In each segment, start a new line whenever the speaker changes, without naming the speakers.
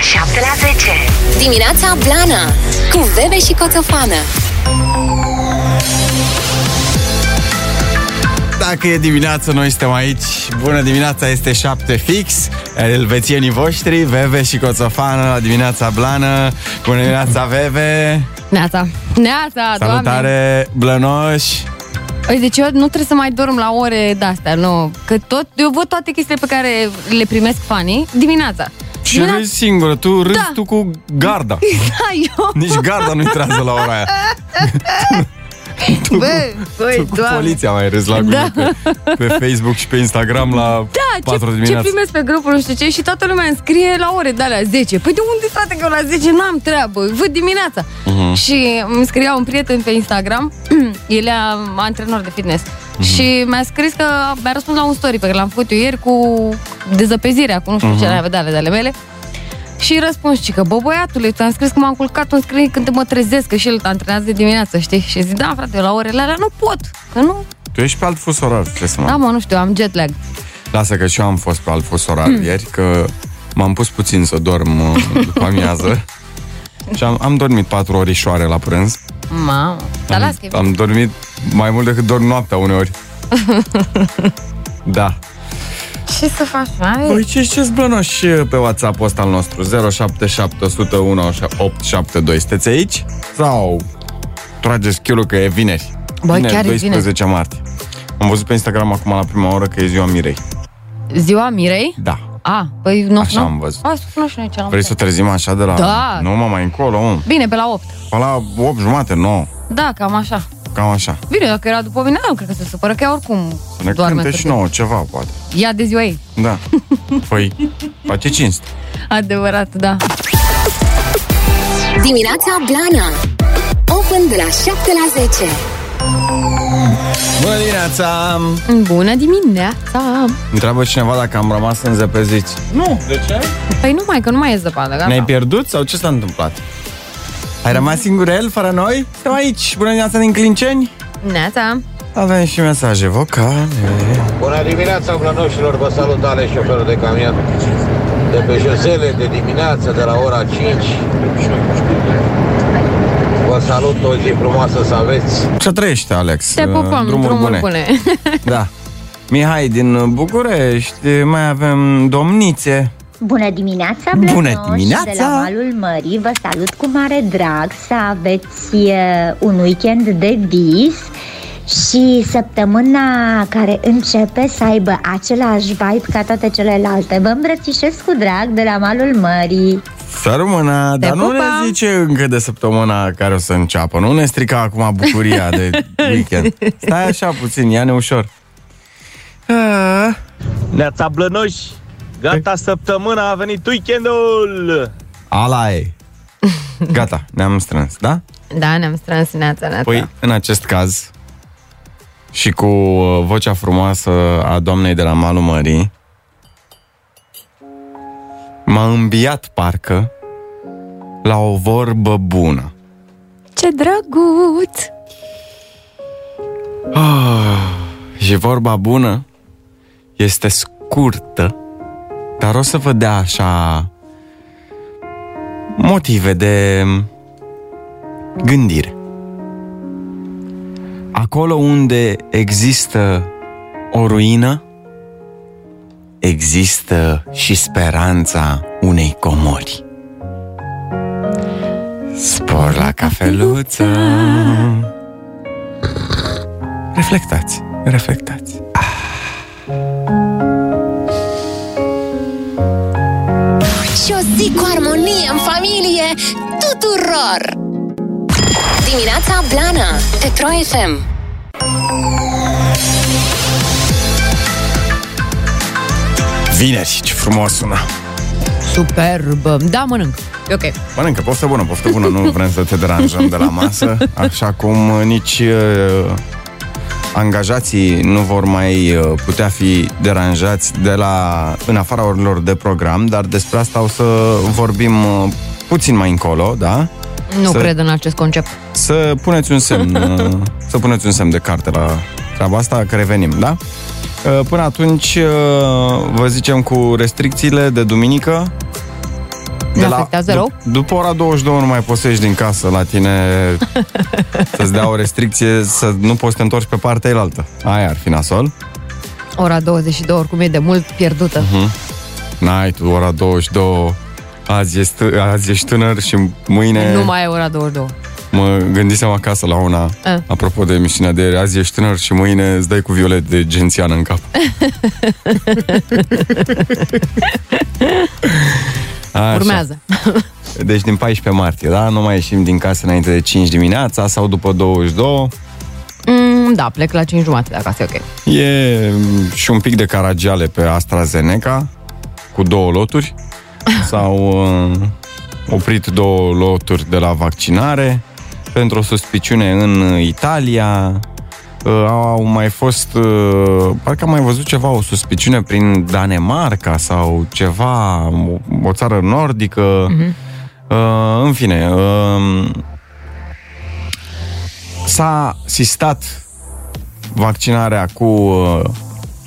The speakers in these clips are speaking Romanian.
7 la 10.
Dimineața Blana Cu Bebe și Coțofană
Dacă e dimineață, noi suntem aici. Bună dimineața, este 7 fix. Elvețienii voștri, Veve și Coțofană la dimineața blană. Bună dimineața, Veve.
Neața. Neața, doamne.
Salutare, Blănoș.
Uite, Deci eu nu trebuie să mai dorm la ore de-astea, nu. Că tot, eu văd toate chestiile pe care le primesc fanii dimineața.
Și râzi singură, tu râzi tu cu garda.
Da, eu.
Nici garda nu-i trează la ora aia.
Bă, băi,
Tu cu
doamne.
poliția mai râzi la da. pe, pe Facebook și pe Instagram la
Da,
4
ce, ce
dimineața.
primesc pe grupul nu știu ce și toată lumea îmi scrie la ore de alea 10. Păi de unde, frate, că eu la 10 n-am treabă, văd dimineața.
Mhm.
Și îmi scria un prieten pe Instagram, el e antrenor de fitness.
Mhm.
Și mi-a scris că mi-a răspuns la un story pe care l-am făcut eu ieri cu dezăpezirea, cu nu
Mhm.
știu ce avea de ale, de ale mele. Și răspuns, și că, bă, băiatule, ți-am scris că m-am culcat, un scrie când mă trezesc, că și el antrenează de dimineață, știi? Și zic, da, frate, eu la orele alea nu pot, că nu,
Tu ești pe alt fus orar, trebuie să mă...
da, mă, nu știu, am jet lag.
Lasă că și eu am fost pe alt fus orar
Hmm.
mm. ieri, că m-am pus puțin să dorm uh, după amiază. Și am, am dormit patru orișoare la prânz.
Mamă, dar las că e
Am dormit mai mult decât dorm noaptea uneori. da.
Ce să faci, mai?
Păi ce ce zblănoși uh, pe WhatsApp ăsta al nostru? 0771 872. Sunteți aici? Sau trageți chiulul că e vineri?
Bă, chiar e
12 martie. Am văzut pe Instagram acum la prima oră că e ziua Mirei.
Ziua Mirei?
Da.
A, păi nu
Păi- Așa
nu?
am văzut.
A, nu știu nici ce am
Vrei să o trezim așa de la...
Da.
Nu, mă, mai încolo, mă.
Bine, pe la 8.
Pe la 8 jumate, 9.
Da, cam așa.
Cam așa.
Bine, dacă era după mine, nu cred că se supără, că ea oricum
Să ne
doarme.
cânte și nouă ceva, poate.
Ia de ziua ei.
Da. Păi, face cinste.
Adevărat, da.
Dimineața Blana Open de la 7 la 10
Bună dimineața!
Bună dimineața!
Întreabă cineva dacă am rămas înzepeziți. Nu, de ce?
Păi numai că nu mai e zăpadă, gata.
Ne-ai pierdut sau ce s-a întâmplat? Ai rămas singur el, fără noi? Suntem aici. Bună dimineața din Clinceni!
Neața!
Avem și mesaje vocale.
Bună dimineața, blănoșilor, vă salut ale șoferul de camion de pe josele de dimineață, de la ora 5. Vă salut, o zi frumoasă să aveți.
Ce trăiește, Alex? uh,
Te pupăm, drumuri, bune.
Da. Mihai din București, mai avem domnițe.
Bună dimineața,
Bună
Blănoș, de
dimineața!
la malul Mării. Vă salut cu mare drag să aveți eh, un weekend de vis și săptămâna care începe să aibă același vibe ca toate celelalte. Vă îmbrățișez cu drag de la malul Mării.
Să rămână, dar nu ne
pupăm!
zice încă de săptămâna care o să înceapă. Nu ne strica acum bucuria de weekend. Stai așa puțin, ia-ne ușor. Ah,
Neața Blănoși, gata săptămâna, a venit weekendul!
Ala e. Gata, ne-am strâns, da?
Da, ne-am strâns neața, neața.
Păi, în acest caz, și cu uh, vocea frumoasă a doamnei de la Malul Mării, m-a îmbiat parcă la o vorbă bună.
Ce drăguț!
Și vorba bună este scurtă, dar o să vă dea așa motive de gândire. Acolo unde există o ruină, există și speranța unei comori. Spor la cafeluță. Reflectați, reflectați.
Și Deci o zi cu armonie în familie Tuturor Dimineața Blana Pe Pro FM
Vineri, ce frumos sună!
Superb! Da, mănânc. E ok.
Mănâncă, poftă bună, poftă bună, nu vrem să te deranjăm de la masă, așa cum uh, nici uh, angajații nu vor mai uh, putea fi deranjați de la, în afara orelor de program, dar despre asta o să vorbim uh, puțin mai încolo, da?
Nu
Să-
cred în acest concept.
Să puneți un semn, uh, să puneți un semn de carte la treaba asta, că revenim, da? Uh, Până atunci uh, vă zicem cu restricțiile de duminică
Ne afectează rău?
dup- După ora 22 nu mai poți să ieși din casă la tine să-ți dea o restricție să nu poți să te întorci pe partea elaltă. Aia ar fi nasol.
Ora 22 oricum e de mult pierdută.
N-ai tu ora 22, azi ești, azi ești tânăr și mâine...
Nu mai e ora 22.
Mă gândisem acasă la una,
A.
apropo de emisiunea de ieri, azi ești tânăr și mâine îți dai cu violet de gențian în cap. Așa.
Urmează.
Deci din 14 martie, da? Nu mai ieșim din casă înainte de 5 dimineața sau după 22.
Mm, da, plec la 5 jumate de acasă, e ok.
E mm, și un pic de caragiale pe AstraZeneca cu două loturi. S-au uh, oprit două loturi de la vaccinare pentru o suspiciune în uh, Italia. Uh, au mai fost, uh, parcă am mai văzut ceva, o suspiciune prin Danemarca sau ceva, o, o țară nordică. Uh-huh. Uh, în fine, uh, s-a sistat vaccinarea cu uh,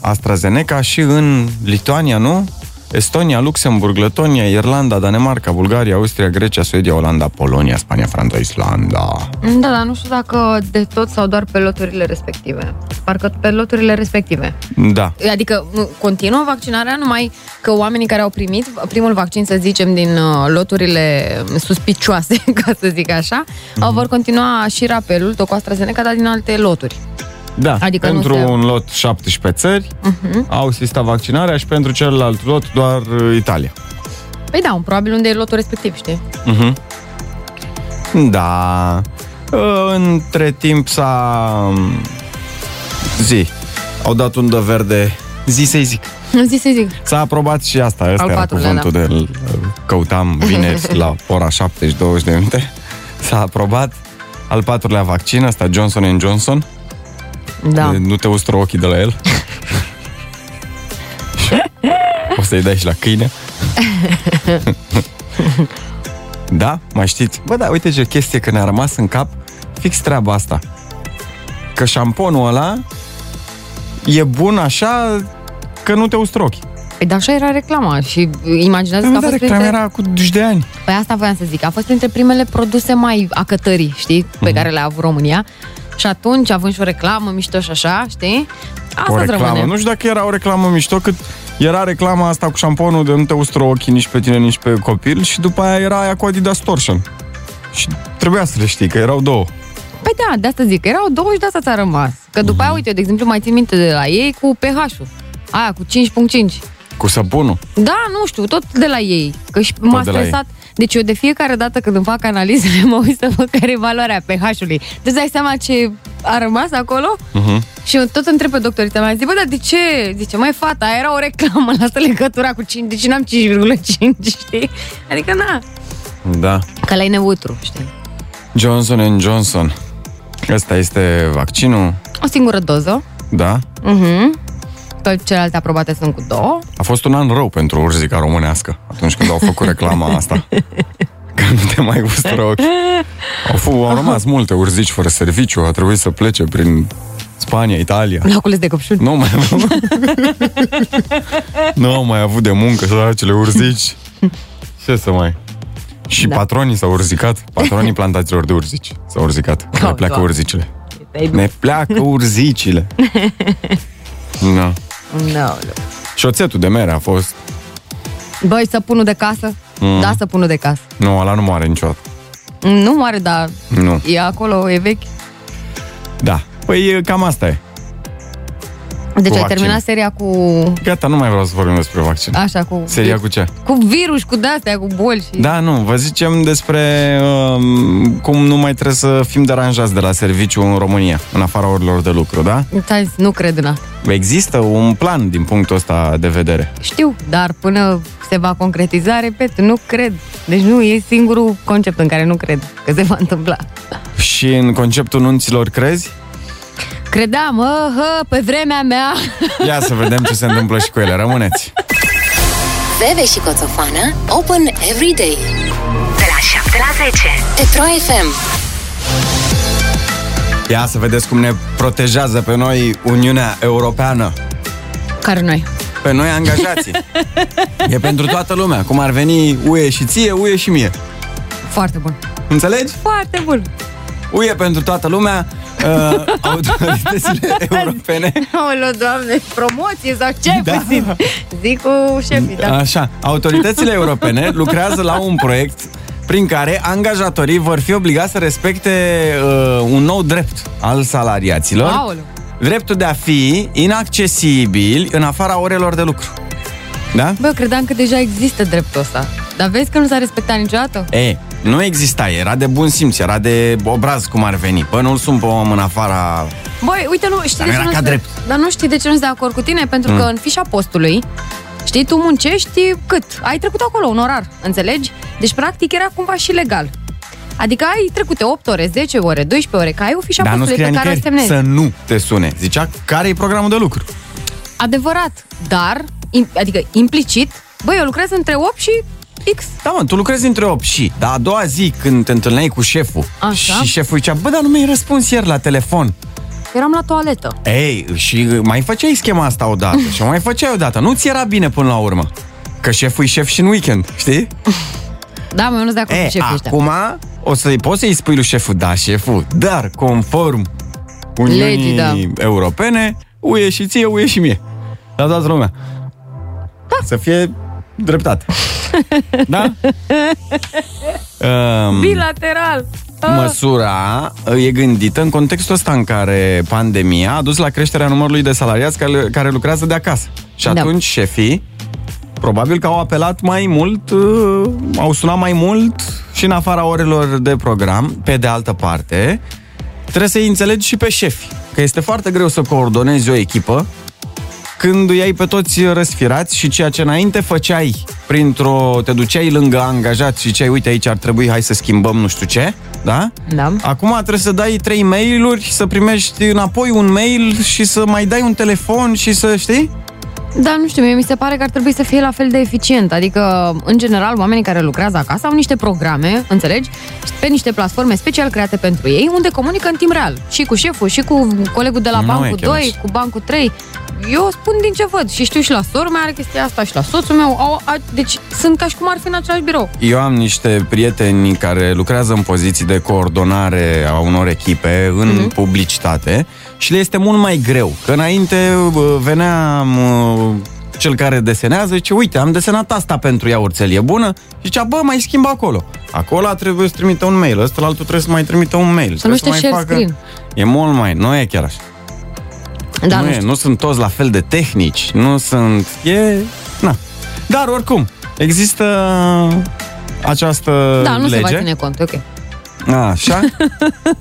AstraZeneca și în Lituania, nu? Estonia, Luxemburg, Letonia, Irlanda, Danemarca, Bulgaria, Austria, Grecia, Suedia, Olanda, Polonia, Spania, Franța, Islanda.
Mm, Da, dar nu știu dacă de tot sau doar pe loturile respective. Parcă pe loturile respective.
Da.
Adică nu, continuă vaccinarea numai că oamenii care au primit primul vaccin, să zicem, din uh, loturile suspicioase, ca să zic așa, mm-hmm.
Mhm.
vor continua și rapelul, tot cu AstraZeneca, dar din alte loturi.
Da,
Adică nu
pentru
se- Mhm.
un lot 17 țări uh-huh. au sistat vaccinarea și pentru celălalt lot doar uh, Italia.
Păi da, probabil unde e lotul respectiv, știi?
Mhm. Da. Între timp s-a... um, Zi. Au dat undă verde. Zi să-i zic.
Îmi zi să zic.
S-a aprobat și asta. Asta
Al
era
patrulea,
cuvântul da. de căutam vineri la ora 7 și 20 de minute. S-a aprobat al patrulea vaccin, asta Johnson Johnson.
Da.
De- Nu te ustură ochii de la el. o să-i dai și la câine. da, mai știți? Bă, da, uite ce chestie că ne-a rămas în cap fix treaba asta. Că șamponul ăla e bun așa că nu te ustură ochii.
Păi, dar așa era reclama și imaginează că a
Dar
fost
reclama
printre...
era cu 20 de ani.
Păi asta voiam să zic, a fost printre primele produse mai acătării, știi, pe
Mhm.
care le-a avut România. Și atunci, având și o reclamă mișto și așa, știi,
o
asta îți
reclamă.
rămâne.
Nu știu dacă era o reclamă mișto, cât era reclama asta cu șamponul de nu te ustură ochii nici pe tine, nici pe copil și după aia era aia cu Adidas Torsion. Și trebuia să le știi, că erau două.
Păi da, de asta zic, că erau 20 de asta ți-a rămas. Că după
Mhm.
aia, uite, eu, de exemplu, mai țin minte de la ei cu pH-ul. Aia, cu 5.5.
Cu săpunul.
Da, nu știu, tot de la ei. Că și m-a
de la
stresat. Deci eu de fiecare dată când îmi fac analizele, mă uit să văd care e valoarea pH-ului. Deci dai seama ce a rămas acolo?
Mhm.
Uh-huh. Și eu tot întreb pe doctorița mea, zic, bă, dar de ce? Zice, mai fata, era o reclamă, lasă legătura cu 5, deci n-am 5,5, știi? Adică, na,
Da.
că la neutru, știi?
Johnson Johnson. Ăsta este vaccinul,
O singură doză,
da?
toate celelalte aprobate sunt cu două.
A fost un an rău pentru urzica românească atunci când au făcut reclama asta. Că nu te mai ustură ochii. Au, f- au rămas multe urzici fără serviciu, a trebuit să plece prin Spania, Italia.
Lacules de căpșuni.
Nu mai am Nu am mai avut de muncă Săracele urzici Ce să mai Și
Da.
da. patronii s-au urzicat Patronii plantațiilor de urzici S-au urzicat Ne
Oh,
pleacă
Doamne.
urzicile
Te-ai dus.
Ne pleacă urzicile no.
No,
Șoțetul de mere a fost
Băi, săpunul de casă? Mm. Da, săpunul de casă.
Nu, ăla nu moare niciodată
Nu mare, dar
Nu,
e acolo, e vechi.
da Păi cam asta e
Deci ai
vaccinul.
terminat seria cu...
Gata, nu mai vreau să vorbim despre vaccin
Așa, cu...
Seria cu ce?
Cu virus, cu de-astea, cu boli și...
Da, nu, vă zicem despre um, cum nu mai trebuie să fim deranjați de la serviciu în România, în afara orilor de lucru, da?
Ți-am zis, nu cred în asta.
Există un plan din punctul ăsta de vedere.
Știu, dar până se va concretiza, repet, nu cred. Deci nu, e singurul concept în care nu cred că se va întâmpla.
Și în conceptul nunților crezi?
Credeam, hă, hă, pe vremea mea.
Ia să vedem ce se întâmplă și cu ele. Rămâneți!
Bebe și Coțofană Open every day
De la 7 la 10.
Pe Pro FM
Ia să vedeți cum ne protejează pe noi Uniunea Europeană.
Care noi?
Pe noi angajații. e pentru toată lumea. Cum ar veni uie și ție, uie și mie.
Foarte bun.
Înțelegi?
Foarte bun.
Uie pentru toată lumea. Uh, autoritățile europene
Aoleu, doamne, promoție sau ce ai
Da.
da. Zic cu șefii, da.
Așa, autoritățile europene lucrează la un proiect prin care angajatorii vor fi obligați să respecte uh, un nou drept al salariaților.
Aoleu.
Dreptul de a fi inaccesibil în afara orelor de lucru. Da?
Bă, eu credeam că deja există dreptul ăsta. Dar vezi că nu s-a respectat niciodată?
E, nu exista, era de bun simț, era de obraz cum ar veni. Păi nu-l sun pe om în afara...
Băi, uite, nu știi
Dar
de
era
ce nu
ca
sunt-
drept. Mm.
Dar nu știi de ce nu sunt de acord cu tine, pentru că în fișa postului, știi, tu muncești cât? Ai trecut acolo un orar, înțelegi? Deci, practic, era cumva și legal. Adică ai trecute 8 ore, 10 ore, 12 ore, că ai o fișa
Dar nu
postului
scria
pe care o
nicăieri
semnezi.
să nu te sune. Zicea care e programul de lucru.
Adevărat, dar, im- adică implicit, băi, eu lucrez între 8 și X.
Da, mă, tu lucrezi între 8 și, dar a doua zi când te întâlneai cu șeful
Așa.
și șeful zicea, bă, dar nu mi-ai răspuns ieri la telefon.
Eram la toaletă.
Ei, și mai făceai schema asta odată și o mai făceai odată. Nu ți era bine până la urmă. Că șeful e șef și în weekend, știi?
Da, mă, eu nu sunt de acord
E,
cu șefii ăștia.
Eh, acum o să poți să-i spui lui șeful, da, șeful, dar conform Uniunii
Legii, da.
Europene, uie și ție, uie și mie. La toată lumea. Da. Să fie dreptate. da? Um,
Bilateral.
Măsura uh, e gândită în contextul ăsta în care pandemia a dus la creșterea numărului de salariați care, care lucrează de acasă. Și
Da.
atunci șefii probabil că au apelat mai mult, uh, au sunat mai mult și în afara orelor de program. Pe de altă parte, trebuie să-i înțelegi și pe șefi, că este foarte greu să coordonezi o echipă când îi ai pe toți răsfirați și ceea ce înainte făceai printr-o... te duceai lângă angajat și ziceai, uite aici ar trebui, hai să schimbăm nu știu ce, da?
Da.
Acum trebuie să dai trei mail-uri, să primești înapoi un mail și să mai dai un telefon și să, știi?
Da, nu știu, mie mi se pare că ar trebui să fie la fel de eficient. Adică, în general, oamenii care lucrează acasă au niște programe, înțelegi, pe niște platforme special create pentru ei, unde comunică în timp real. Și cu șeful, și cu colegul de la
Nu
bancul
e chiar
2,
așa.
cu bancul 3. Eu spun din ce văd și știu și la sora mea are chestia asta și la soțul meu. Au, a, deci sunt ca și cum ar fi în același birou.
Eu am niște prieteni care lucrează în poziții de coordonare a unor echipe în
Mhm.
mm-hmm. publicitate și le este mult mai greu. Că înainte bă, venea mă, cel care desenează și uite, am desenat asta pentru ea, orțel e bună și zicea, bă, mai schimb acolo. Acolo trebuie să trimită un mail, ăsta la altul trebuie să mai trimită un mail.
Să nu
trebuie
știe
mai
share screen.
E mult mai, nu e chiar așa.
Da,
nu,
nu
e,
știu.
nu sunt toți la fel de tehnici, nu sunt... E... Na. Dar oricum, există această
Da, nu se
lege.
va ține cont, e ok.
A, așa?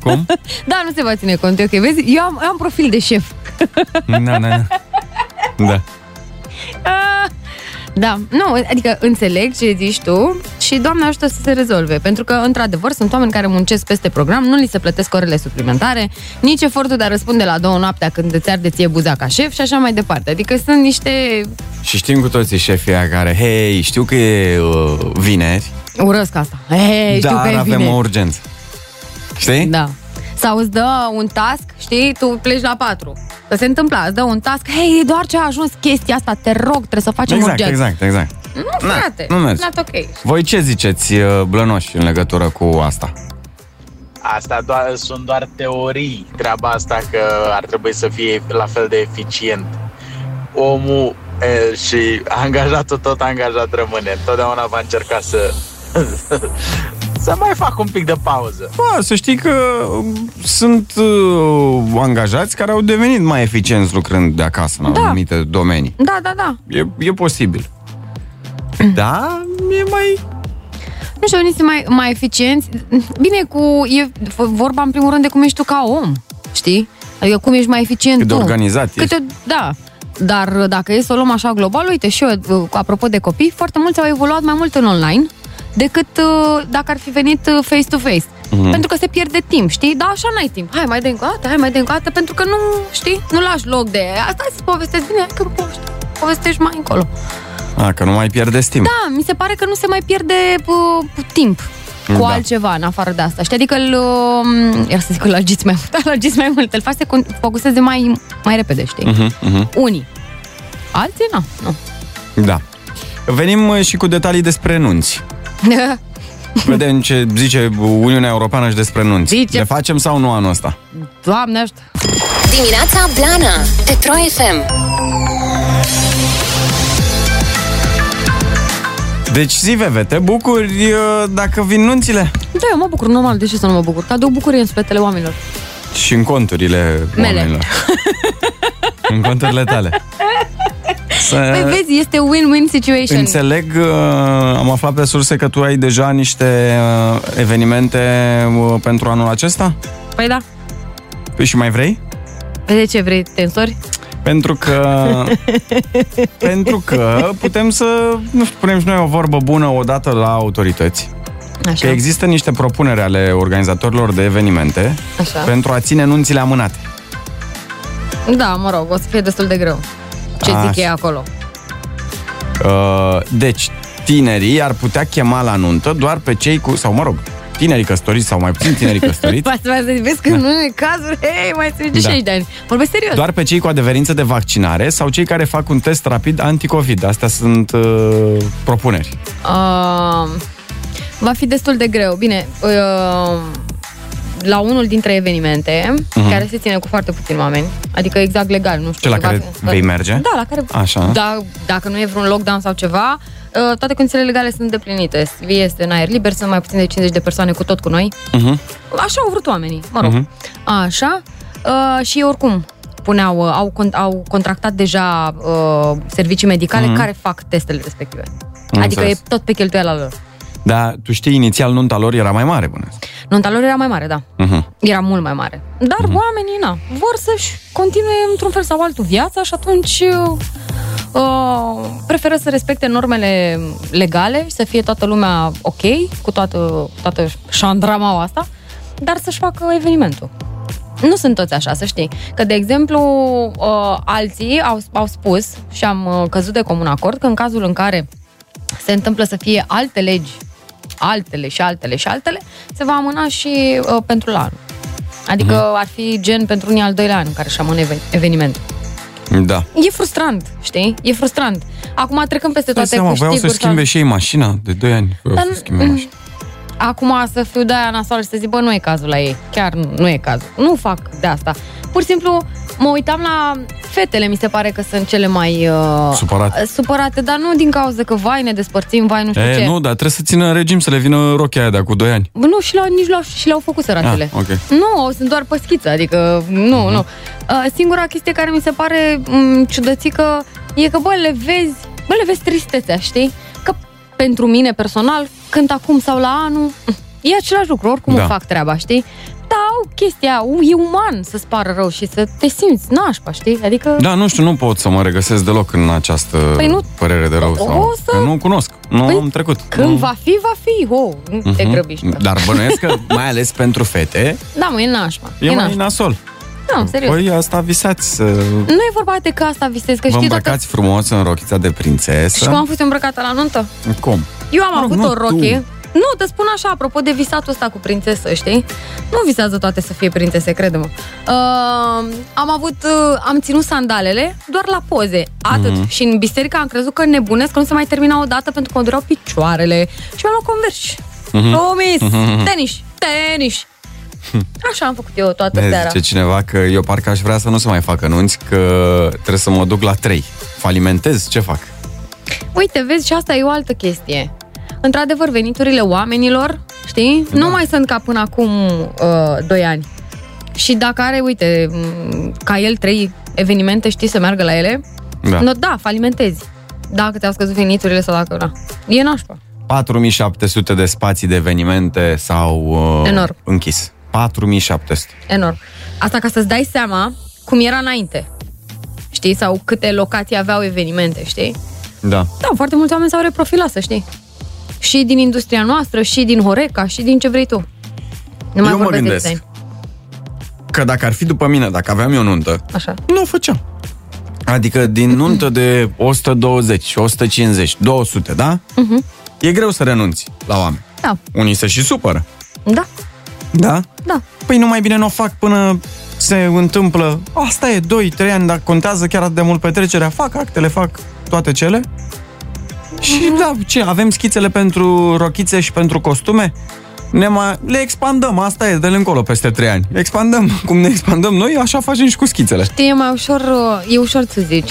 Cum?
Da, nu se va ține cont, e ok. Vezi, eu am, eu am profil de șef.
Na, na, na. Da.
Da, nu, adică înțeleg ce zici tu și Doamne ajută să se rezolve, pentru că într-adevăr sunt oameni care muncesc peste program, nu li se plătesc orele suplimentare, nici efortul de a răspunde la două noaptea când îți arde ție buza ca șef și așa mai departe. Adică sunt niște
Și știm cu toții șefii aia care, hei, știu că e uh, vineri,
urăsc asta. Hei, știu
dar
că e
Da, avem
bine.
o urgență. Știi?
Da. Sau îți dă un task, știi, tu pleci la patru. Că se întâmplă, îți dă un task, hei, e doar ce a ajuns chestia asta, te rog, trebuie să facem
Exact,
urgent.
exact, exact.
Nu,
Na,
frate,
nu merge.
not ok.
Voi ce ziceți, uh, blănoși, în legătură cu asta?
Asta doar, sunt doar teorii, treaba asta că ar trebui să fie la fel de eficient. Omul e, și angajatul tot angajat rămâne. Totdeauna va încerca să... să mai fac un pic de pauză.
Bă, să știi că um, sunt uh, angajați care au devenit mai eficienți lucrând de acasă în
Da.
anumite domenii.
Da, da, da.
E, e posibil. Da, e mai...
nu știu, unii sunt mai, mai eficienți. Bine, cu e vorba în primul rând de cum ești tu ca om, știi? Adică cum ești mai eficient
Cât de
tu.
organizat ești.
Câte, da. Dar dacă e să o luăm așa global, uite și eu, apropo de copii, foarte mulți au evoluat mai mult în online decât uh, dacă ar fi venit uh, face-to-face.
Mhm.
Mm-hmm. Pentru că se pierde timp, știi? Dar așa n-ai timp. Hai, mai dai încă o dată, hai, mai dai încă o dată, pentru că nu, știi, nu lași loc de... Asta să povestesc bine, hai că povești- povestești mai încolo.
A, că nu mai pierdeți timp.
Da, mi se pare că nu se mai pierde uh, timp cu
Da.
da. altceva în afară de asta. Știi, adică îl, uh, ia să zic, îl agiți mai mult, îl agiți mai mult, îl faci să con- focuseze mai, mai repede, știi?
Mhm, mhm.
Unii. Alții, na, nu.
Da. Venim uh, și cu detalii despre nunți. Vedem ce zice Uniunea Europeană și despre nunți.
Zice.
Le facem sau nu anul ăsta?
Doamne ajută!
Dimineața Blana Pe Pro FM
Deci, zi, Veve, te bucuri uh, dacă vin nunțile?
Da, eu mă bucur, normal, de ce să nu mă bucur? Cadou bucurie în spetele oamenilor.
Și în conturile
Mele.
oamenilor. în conturile tale. Să
Păi vezi, este win-win situation.
Eh, înțeleg, uh, am aflat pe surse că tu ai deja niște uh, evenimente uh, pentru anul acesta?
Păi da.
Păi și mai vrei?
Păi de ce vrei tensori?
Pentru că pentru că putem să nu știu, punem și noi o vorbă bună odată la autorități. Că
Așa.
există niște propuneri ale organizatorilor de evenimente
Așa.
pentru a ține nunțile amânate.
Da, mă rog, o să fie destul de greu. Ce
Așa.
zic ei acolo?
Uh, deci, tinerii ar putea chema la nuntă doar pe cei cu, sau mă rog, tinerii căsătoriți sau mai puțin tinerii căsătoriți,
Poate să vezi că nu e cazuri, hei, mai sunt
Da.
60 de ani. Vorbesc serios.
doar pe cei cu adeverință de vaccinare sau cei care fac un test rapid anticovid. Astea sunt uh, propuneri.
Uh, va fi destul de greu. Bine, uh, la unul dintre evenimente, uh-huh. care se ține cu foarte puțini oameni, adică exact legal, nu știu.
Ce Mhm. la
ceva-
care vei merge?
Da, la care...
Așa.
Da, dacă nu e vreun lockdown sau ceva, uh, toate condițiile legale sunt deplinite. Este în aer liber, sunt mai puțin de 50 de persoane cu tot cu noi.
Uh-huh.
Așa au vrut oamenii, mă rog.
Mhm.
Așa. Uh, și oricum puneau, uh, au, con- au contractat deja uh, servicii medicale care fac testele respective.
Mhm. Am
adică
înțeles.
e tot pe cheltuiala lor.
Dar tu știi, inițial nunta lor era mai mare, bună.
Nunta lor era mai mare, da.
Uh-huh.
Era mult mai mare. Dar oamenii, na, vor să-și continue într-un fel sau altul viața și atunci uh, preferă să respecte normele legale și să fie toată lumea ok cu toată, toată șandramaua asta, dar să-și facă evenimentul. Nu sunt toți așa, să știi. Că, de exemplu, uh, alții au, au spus și am uh, căzut de comun acord că în cazul în care se întâmplă să fie alte legi, altele și altele și altele, se va amâna și uh, pentru la anul. Adică
Mhm.
mm-hmm. ar fi gen pentru unii al doilea an în care și amână even- evenimentul.
Da.
E frustrant, știi? E frustrant. Acum trecând peste
Dai
toate
seama, voiau să
câștiguri
schimbe
sau-
și ei mașina de 2 ani. Voiau
Dar
să
nu- Mm.
schimbe mașina.
Acum să fiu de aia nasoală și să zic, bă, nu e cazul la ei. Chiar nu, nu e cazul. Nu fac de asta. Pur și simplu mă uitam la fetele, mi se pare că sunt cele mai... Uh,
Supărate.
Supărate, dar nu din cauza că, vai, ne despărțim, vai, nu știu ce.
E, nu, dar trebuie să țină în regim să le vină rochia aia de cu 2 ani.
Bă, Nu, și le-au, nici le-au, și le-au făcut săracele.
Ah, ok. Mhm.
Nu, sunt doar pe schiță, adică nu, nu. Uh, singura chestie care mi se pare um, ciudățică e că, bă, le vezi, bă, le vezi tristețea, știi? Că pentru mine personal, când acum sau la anul, mm, e același lucru, oricum
Da.
îmi fac treaba, știi? Dar au chestia, u- e uman să-ți pară rău și să te simți nașpa, știi? Adică...
Da, nu știu, nu pot să mă regăsesc deloc în această
Păi nu-
părere de rău.
O
Sau...
să-
Că nu cunosc, nu
Păi,
am trecut.
Când
nu...
va fi, va fi, ho, nu te
Mm. Mhm.
grăbiști.
Dar bănuiesc că, mai ales pentru fete,
Da, mă, e nașpa.
e,
E
mai
nașpa.
nasol.
Nu, serios.
Păi asta visați să
Nu e vorba de că asta visez, că
vă
știi toată
îmbrăcați frumos în rochița de prințesă.
Și cum am fost îmbrăcată la nuntă?
Cum?
Eu am
Mă rog,
avut
nu
o rochie.
tu.
Nu, te spun așa, apropo de visatul ăsta cu prințesă, știi? Nu visează toate să fie prințese, crede-mă. Uh, am avut, uh, am ținut sandalele doar la poze, atât.
Mhm.
Mm-hmm. Și în biserică am crezut că nebunesc, că nu se mai termina odată pentru că îmi durau picioarele. Și mi-am luat converși.
Mhm.
Mm-hmm. Promis! Mm-hmm. Tenis! Tenis!
Hm.
Așa am făcut eu toată
Ne
seara.
Eh, zice cineva că eu parcă aș vrea să nu se mai facă nunți, că trebuie să mă duc la 3. Falimentez? Ce fac?
Uite, vezi, și asta e o altă chestie. Într-adevăr, veniturile oamenilor, știi, da. nu mai sunt ca până acum uh, 2 ani. Și dacă are, uite, m, ca el trei evenimente, știi, să meargă la ele,
Da.
no, da falimentezi. Dacă ți-au scăzut veniturile sau dacă nu. E nașpa.
4700 de spații de evenimente sau uh,
Enorm.
închis. 4700.
Enorm. Asta ca să-ți dai seama cum era înainte. Știi? Sau câte locații aveau evenimente, știi?
Da.
Da, foarte mulți oameni s-au reprofilat, să știi. Și din industria noastră, și din Horeca, și din ce vrei tu. Nu mai
eu mă
vorbesc de
gândesc
design.
că dacă ar fi după mine, dacă aveam eu nuntă,
Așa.
nu o făceam. Adică din nuntă de 120, 150, 200, da?
Mm-hmm.
Uh-huh. E greu să renunți la oameni.
Da,
Unii se și supără.
da,
Da?
da.
Păi nu mai bine nu o fac până se întâmplă, asta e 2-3 ani, dar contează chiar atât de mult petrecerea, fac actele, fac toate cele. Și
Mhm.
da, ce, avem schițele pentru rochițe și pentru costume? Ne mai, le expandăm, asta e, de încolo peste 3 ani. Expandăm, cum ne expandăm noi, așa facem și cu schițele.
Știi, e mai ușor, uh, e ușor să zici.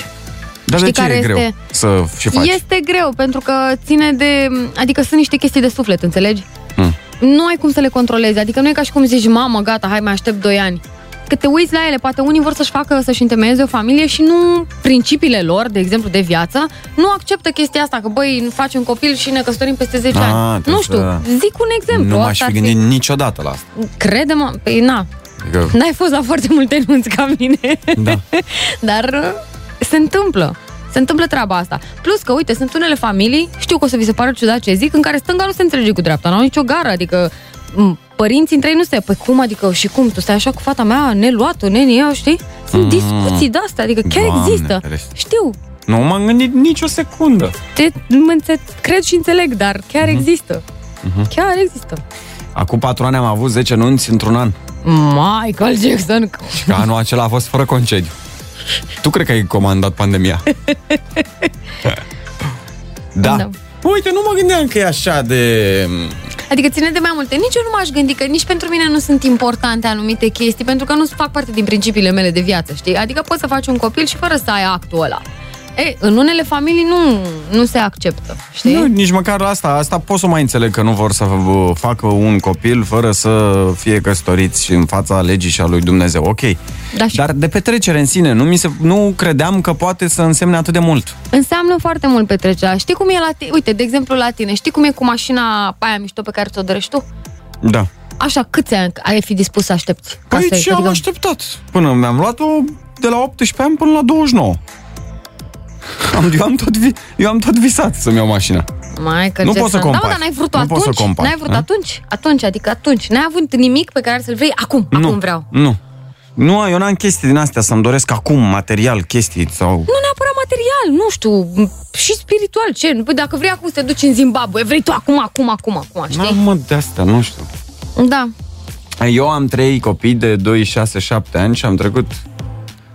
Dar de
Știi
ce e
care
greu
este?
să și faci?
Este greu, pentru că ține de... Adică sunt niște chestii de suflet, înțelegi?
Mm.
Nu ai cum să le controlezi. Adică nu e ca și cum zici, mamă, gata, hai, mai aștept 2 ani. Că te uiți la ele, poate unii vor să-și facă, să-și întemeieze o familie și nu principiile lor, de exemplu, de viață, nu acceptă chestia asta, că băi, faci un copil și ne căsătorim peste 10
Ah,
ani.
trebuie
Nu știu,
să-
zic un exemplu.
nu m-aș
asta
fi
ar fi-
gândit niciodată la asta.
Crede-mă, păi, na,
Adică,
N-ai fost la foarte multe nunți ca mine.
Da.
Dar uh, se întâmplă. Se întâmplă treaba asta. Plus că, uite, sunt unele familii, știu că o să vi se pară ciudat ce zic, în care stânga nu se înțelege cu dreapta, n-au nicio gară, adică m, părinții între ei nu se... Păi cum, adică și cum, tu stai așa cu fata mea, neluatul, neni, eu, știi? Sunt
Mm.
discuții de-astea, adică chiar
Doamne
există.
ferește.
Știu,
nu m-am gândit nicio secundă.
te, mă înțe- cred și înțeleg, dar chiar
Mhm.
există. Chiar există.
Acum patru ani am avut 10 nunți într-un an.
Michael Jackson,
Și că anul acela a fost fără concediu. Tu cred că ai comandat pandemia. da.
Da.
da. Uite, nu mă gândeam că e așa de...
Adică ține de mai multe. Nici eu nu m-aș gândi că nici pentru mine nu sunt importante anumite chestii, pentru că nu fac parte din principiile mele de viață, știi? Adică poți să faci un copil și fără să ai actul ăla. E, în unele familii nu, nu se acceptă, știi?
Nu, nici măcar asta. Asta pot să mai înțeleg că nu vor să vă facă un copil fără să fie căsătoriți și în fața legii și a lui Dumnezeu. Ok.
Dar Da, și-
Dar de petrecere în sine, nu, mi se, nu credeam că poate să însemne atât de mult.
Înseamnă foarte mult petrecerea. Știi cum e la tine? Uite, de exemplu, la tine. Știi cum e cu mașina aia mișto pe care ți-o dorești tu?
Da.
Așa, câți ani ai fi dispus să aștepți?
Păi
Asta e,
ce am
adică-
așteptat? Până mi-am luat-o de la 18 ani până la 29. Am, eu, am tot, vi- eu am tot visat să-mi iau mașina.
Mai că Jackson.
Nu poți să
Da, mă,
compari.
dar n-ai vrut
Nu
atunci.
poți să compari, eh?
n-ai vrut
a?
atunci. Atunci, adică atunci. N-ai avut nimic pe care să-l vrei acum. Acum vreau.
Nu. Nu, eu n-am chestii din astea să-mi doresc acum material, chestii sau...
Nu neapărat material, nu știu, m- și spiritual, ce? Păi dacă vrei acum să te duci în Zimbabwe, vrei tu acum, acum, acum, acum,
Nu,
știi?
mă, de asta, nu știu.
Da.
Eu am trei copii de 2, 6, 7 ani și am trecut...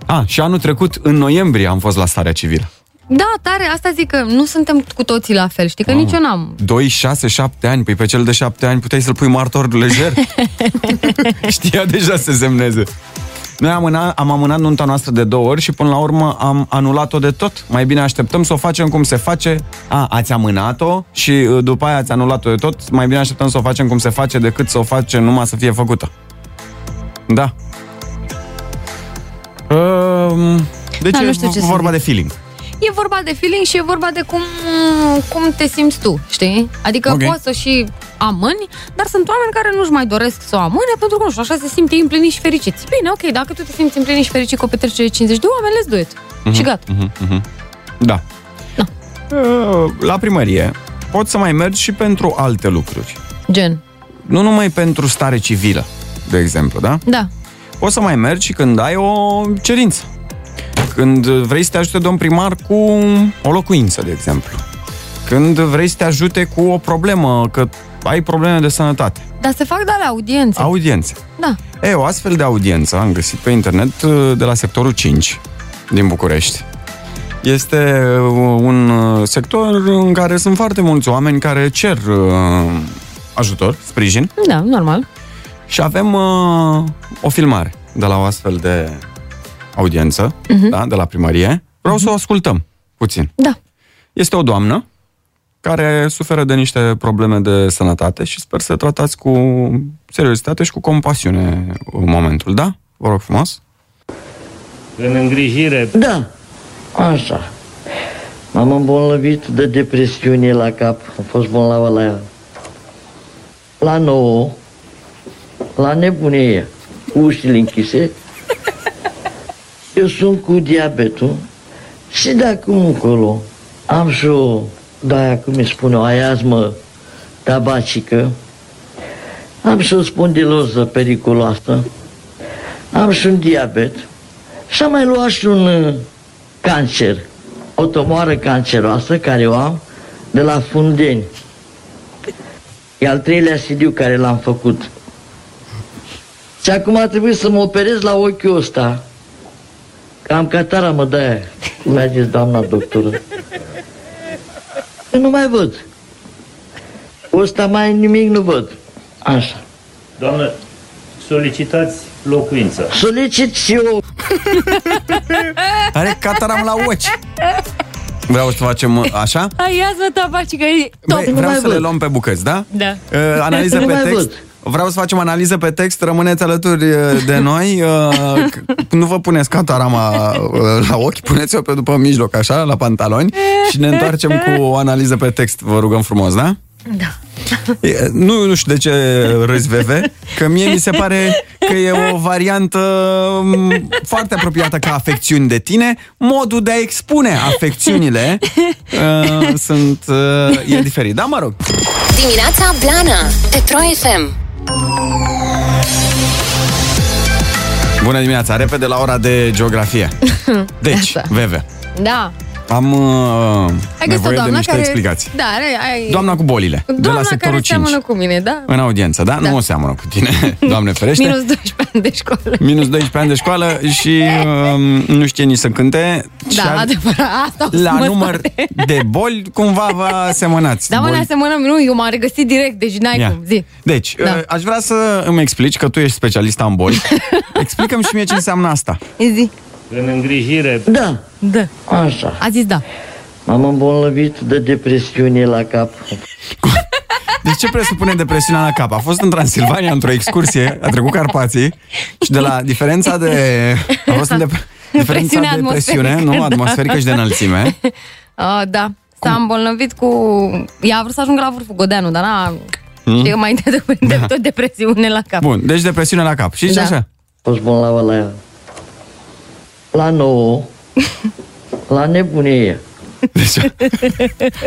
A, și anul trecut, în noiembrie, am fost la starea civilă.
Da, tare, asta zic că nu suntem cu toții la fel, știi, că nici eu n-am.
2, 6, 7 ani, păi pe cel de 7 ani puteai să-l pui martor lejer. Știa deja să semneze. Noi am, amâna, am amânat nunta noastră de două ori și până la urmă am anulat-o de tot. Mai bine așteptăm să o facem cum se face. A, ați amânat-o și uh, după aia ați anulat-o de tot. Mai bine așteptăm să o facem cum se face decât să o facem numai să fie făcută. Da. Um, deci
Da,
e
nu știu ce să
vorba
zic.
de feeling.
E vorba de feeling și e vorba de cum, cum te simți tu, știi? Adică
Ok.
okay. poți să și amâni, dar sunt oameni care nu-și mai doresc să o amâne pentru că, nu știu, așa se simt ei împliniți și fericiți. Bine, ok, dacă tu te simți împlinit și fericit cu o petrecere de 50 de oameni, let's do it. Și gata.
Da. Uh, La primărie poți să mai mergi și pentru alte lucruri.
Gen.
Nu numai pentru stare civilă, de exemplu, da?
Da.
Poți să mai mergi și când ai o cerință. Când vrei să te ajute domn primar cu o locuință, de exemplu. Când vrei să te ajute cu o problemă, că ai probleme de sănătate.
Dar se fac de la audiențe.
Audiențe.
da.
E, o astfel de audiență am găsit pe internet uh, de la sectorul 5 din București. Este uh, un uh, sector în care sunt foarte mulți oameni care cer uh, ajutor, sprijin
Da, normal.
și avem uh, o filmare de la o astfel de audiență, da, de la primărie. Vreau să o ascultăm puțin.
Da.
Este o doamnă care suferă de niște probleme de sănătate și sper să tratați cu seriozitate și cu compasiune în momentul, da? Vă rog frumos.
În îngrijire,
Da, așa. M-am îmbolnăvit de depresiune la cap. Am fost bolnavă la la 9, la nebunie, cu ușile închise. Eu sunt cu diabetul și de acum încolo am și o, da, cum îi spune, o aiazmă tabacică. Am și o spondiloză periculoasă. Am și un diabet. Și am mai luat și un uh, cancer, o tomoară canceroasă care o am de la Fundeni. E al treilea sidiu care l-am făcut. Și acum a trebuit să mă operez la ochiul ăsta. Că am cataramă de aia, cum mi-a zis doamna doctoră. Eu nu mai văd. Ăsta mai nimic nu văd. Așa.
Doamnă, solicitați locuința.
Solicit și eu.
Are cataram la ochi. Vreau să facem așa?
Hai, ia-ți tabaci că e top.
Băi, vreau să le luăm pe bucăți, da?
Da.
Uh, analiză
Nu
pe
mai
text.
văd.
Vreau să facem analiză pe text, rămâneți alături uh, de noi. Uh, c- Nu vă puneți catarama uh, la ochi, puneți-o pe după mijloc, așa, la pantaloni și ne întoarcem cu o analiză pe text, vă rugăm frumos, da?
Da.
E, Nu, nu știu de ce râzi, Veve, că mie mi se pare că e o variantă m, foarte apropiată ca afecțiuni de tine. Modul de a expune afecțiunile uh, sunt, uh, e diferit. Da, mă rog.
Dimineața Blana Pe Pro FM
Bună dimineața, repede la ora de geografie. Deci,
Asta.
Veve,
Da.
am uh,
Ai găsit o
nevoie de
doamnă
niște
care...
explicații.
Da, ai... ai...
Doamna cu bolile, de
Doamna care
la sectorul 5.
seamănă cu mine, da?
În audiență, da? Nu o seamănă cu tine, doamne ferește.
Minus 12 ani de școală.
Minus 12 ani de școală și um, nu știe nici să cânte. și
Da,
ar-
adevărat. Asta o să
la
mă
număr
scoate.
de boli, cumva vă semănați.
Da, mă, ne
Boli-
asemănăm, nu, eu m-am regăsit direct, deci n-ai
Ia.
cum, zi.
Deci,
Da.
uh, aș vrea să îmi explici că tu ești specialista în boli. Explicăm și mie ce înseamnă asta.
Zi,
În îngrijire,
Da,
da.
așa.
A zis da.
M-am îmbolnăvit de depresiune la cap.
Deci ce presupune depresiunea la cap? A fost în Transilvania într-o excursie, a trecut Carpații și de la diferența de... A fost în dep- diferența
Presiunea
de presiune,
atmosferică,
nu?
da.
Atmosferică și de înălțime.
A, da. S-a îmbolnăvit cu... Ea a vrut să ajungă la vârful Godeanu, dar n-a... Mm? Și mai întâi de, de tot depresiune la cap.
Hmm? Da. Bun, deci depresiune la cap. Și da.
Da.
așa.
Fost bun la ăla. La nouă. La nebunie.
Deci,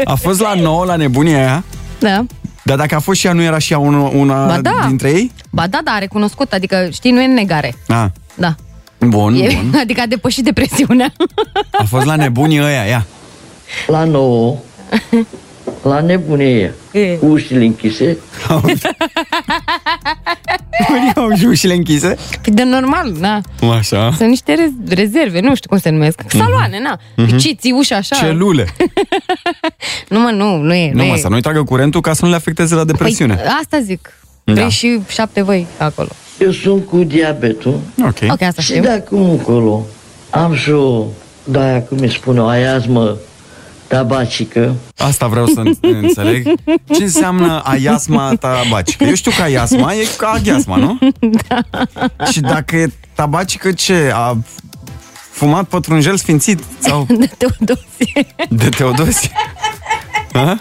a fost la 9 la nebunia aia,
Da.
dar dacă a fost și ea, nu era și ea una, una
Ba da.
dintre ei?
Ba da, da, a recunoscut, adică, știi, nu e în negare.
Ah.
Da.
Bun,
E,
bun.
adică a depășit depresiunea.
A fost la nebunii ăia, ia.
La nouă. La nebunie.
E.
Cu ușile închise.
Unii au și ușile închise.
Păi de normal, na.
Așa.
Sunt niște rez- rezerve, nu știu cum se numesc.
Mhm.
Saloane, na. Mm-hmm. Ce, ții ușa așa?
Celule.
Nu mă, nu, nu e.
Nu mă,
e.
să nu-i tragă curentul ca să nu le afecteze la depresiune.
Păi, asta zic.
Da.
Da. 37 voi acolo.
Eu sunt cu diabetul.
Ok.
uh, Ok, asta
Și
știu.
de acum încolo am și o, da, aia, cum îi spun o aiazmă tabacică.
Asta vreau să în- înțeleg. Ce înseamnă aiasma tabacică? Eu știu că aiasma e ca aghiasma, nu? Da. Și dacă e tabacică, ce? A fumat pătrunjel sfințit sau
De Teodosie.
de Teodosie? Ha?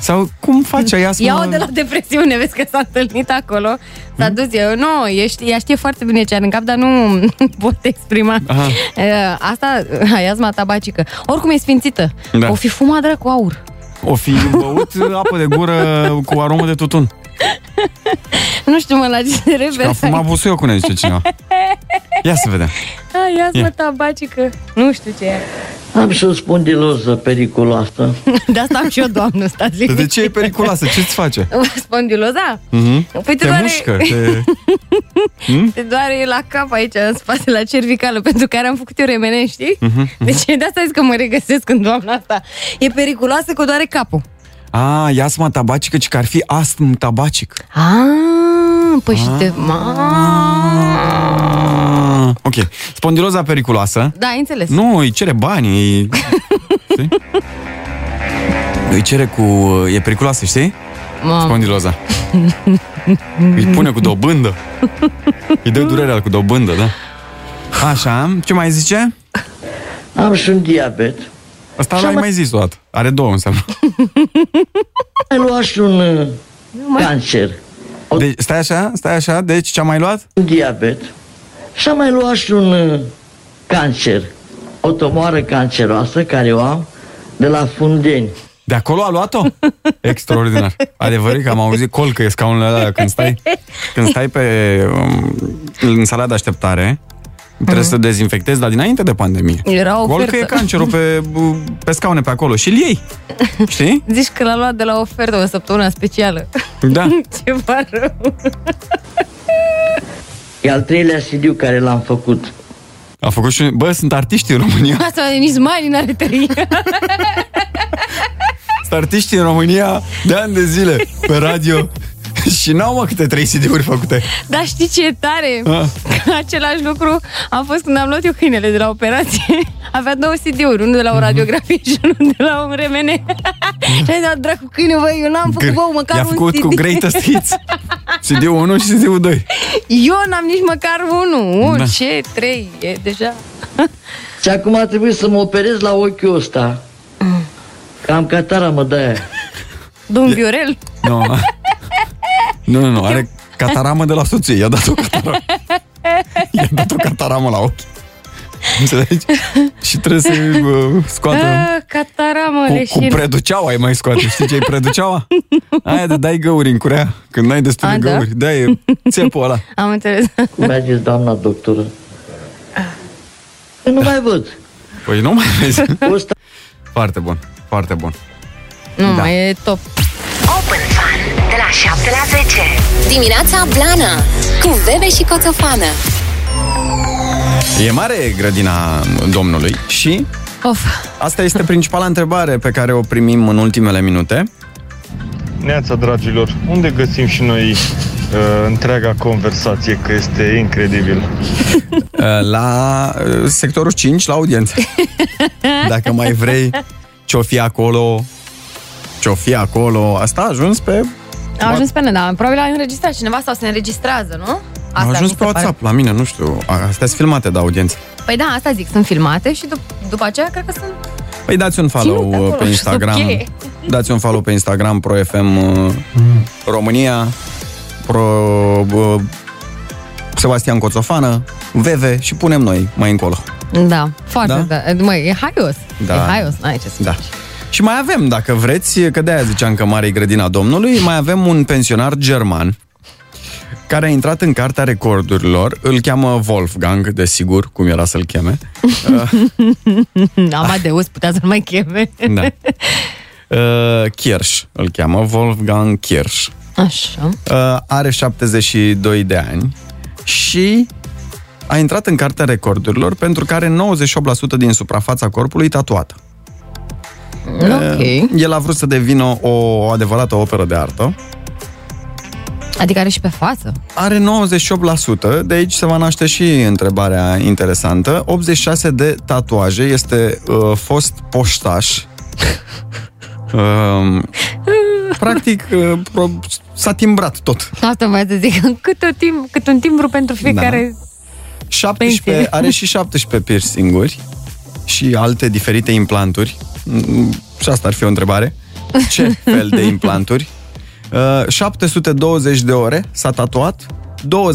Sau cum face aiasma?
Ia-o de la depresiune, vezi că s-a întâlnit acolo. S-a
Mhm.
dus eu, nu, ești, ea știe foarte bine ce are în cap, dar nu pot exprima.
Aha.
E, Asta, aiazma tabacică. Oricum e sfințită.
Da.
Da. O fi fumat dracu aur.
O fi băut apă de gură cu aromă de tutun.
Nu știu mă la ce se
Că a
refer.
fumat busuiocul, ne zice cineva. Ia să vedem.
Aiazma tabacică. Nu știu ce e.
Am și o spondiloză periculoasă.
De asta am și eu, doamnă, stați
De ce e periculoasă? Ce-ți face?
Spondiloza?
Mhm.
Păi te,
Te
doare,
mușcă, te...
te doare la cap aici, în spate, la cervicală, pentru care am făcut eu remene, știi?
Mhm,
Deci de asta zic că mă regăsesc în doamna asta. E periculoasă că o doare capul.
A, Ah, iasma tabacică, ci că ar fi astm tabacic.
Ah, păi și te... Ma...
Ah, ok. Spondiloza periculoasă.
Da, ai înțeles.
Nu, îi cere bani, îi... știi? Îi cere cu... E periculoasă, știi?
Ma...
Spondiloza. îi pune cu dobândă. Îi dă durerea cu dobândă, da? Așa, ce mai zice?
Am și un diabet.
Asta l-ai mai zis o dată. Are două înseamnă.
Am luat și un uh, cancer. O-
Deci, stai așa, stai așa, deci ce-am mai luat?
un diabet și am mai luat și un uh, cancer, o tomoară canceroasă care o am de la fundeni.
De acolo a luat-o? Extraordinar. Adevărat că am auzit col că e scaunul ăla când stai, când stai pe, um, în sala de așteptare, Trebuie să dezinfectezi, dar dinainte de pandemie.
Mhm. Era o
Gol
ofertă.
că e cancerul pe, pe scaune pe acolo și îl iei. Știi?
Zici că l-a luat de la ofertă o săptămână specială.
Da.
Ceva rău.
E al treilea CD care l-am făcut.
A făcut și... Bă, sunt artiști în România.
Asta nici mai n-are tărie.
Sunt artiști în România de ani de zile pe radio și n-au mă câte 3 CD-uri făcute.
Dar Da, știi ce e tare?
Ah.
Că Același lucru a fost când am luat eu câinele de la operație. Avea două CD-uri, unul de la o
Mhm.
radiografie și unul de la un RMN. Și ai dat dracu câine, băi, eu n-am făcut,
Gr-
bă, măcar
i-a
un
făcut
CD.
cu greatest hits. CD-ul 1 și CD-ul 2.
Eu n-am nici măcar unul. Un,
Da.
ce, trei, e deja.
Și acum a trebuit să mă operez la ochiul ăsta. Că am catara, mă, de aia.
Domn Viorel.
Nu, nu, nu, nu, are cataramă de la soție. I-a dat o cataramă. I-a dat o cataramă la ochi. Înțelegi? Și trebuie să uh, scoată
Ah, Cataramă,
cu, cu
leșin.
preduceaua ai mai scoate. Știi ce e preduceaua? Aia de dai găuri în curea. Când n-ai destul
A,
de
da?
găuri. Da, e țepul ăla.
Am înțeles.
Mergeți, doamna doctoră. Eu nu mai văd.
Păi nu mai vezi. Foarte bun, foarte bun. Da.
Nu, mai e top.
Open Fun de la 7 la 10. Dimineața Blana cu Bebe și Coțofană.
E mare grădina domnului și
Of.
asta este principala întrebare pe care o primim în ultimele minute.
Neața, dragilor, unde găsim și noi uh, întreaga conversație, că este incredibil.
Eh, La uh, sectorul 5, la audiență. Dacă mai vrei ce-o fi acolo, ce-o fi acolo, asta a ajuns pe...
A ajuns pe da. Probabil a înregistrat cineva sau se înregistrează, nu?
a ajuns
mi
pe
se pare.
WhatsApp, la mine, nu știu. A- Astea sunt filmate de audiență.
Păi da, asta zic, sunt filmate și dup- după aceea cred că sunt...
Păi dați un follow
Ținut acolo
pe
și
Instagram.
sub cheie.
Dați un follow pe Instagram Pro FM uh, România Pro uh, Sebastian Coțofană VV și punem noi mai încolo.
Da, foarte, da. da. Măi, e haios.
Da.
E haios, n-ai ce să...
Da. Și mai avem, dacă vreți, că de-aia ziceam că mare e grădina Domnului, mai avem un pensionar german care a intrat în cartea recordurilor, îl cheamă Wolfgang, desigur, cum era să-l cheme.
Amadeus putea să-l mai cheme.
Da. Uh, Kirsch îl cheamă, Wolfgang Kirsch.
Așa.
Uh, are 72 de ani și a intrat în cartea recordurilor pentru că are 98% din suprafața corpului tatuată.
Ok.
Uh, El a vrut să devină o, o adevărată operă de artă.
Adică are și pe față.
Are 98%, de aici se va naște și întrebarea interesantă. 86 de tatuaje, este uh, fost poștaș. Um, practic, uh, pro- s-a timbrat tot.
Asta mai să zic, cât, o tim- cât un timbru
Da.
pentru fiecare...
17,
Pensie.
are și 17 piercinguri și alte diferite implanturi. Mm, Și asta ar fi o întrebare. Ce fel de implanturi? Uh, 720 de ore s-a tatuat,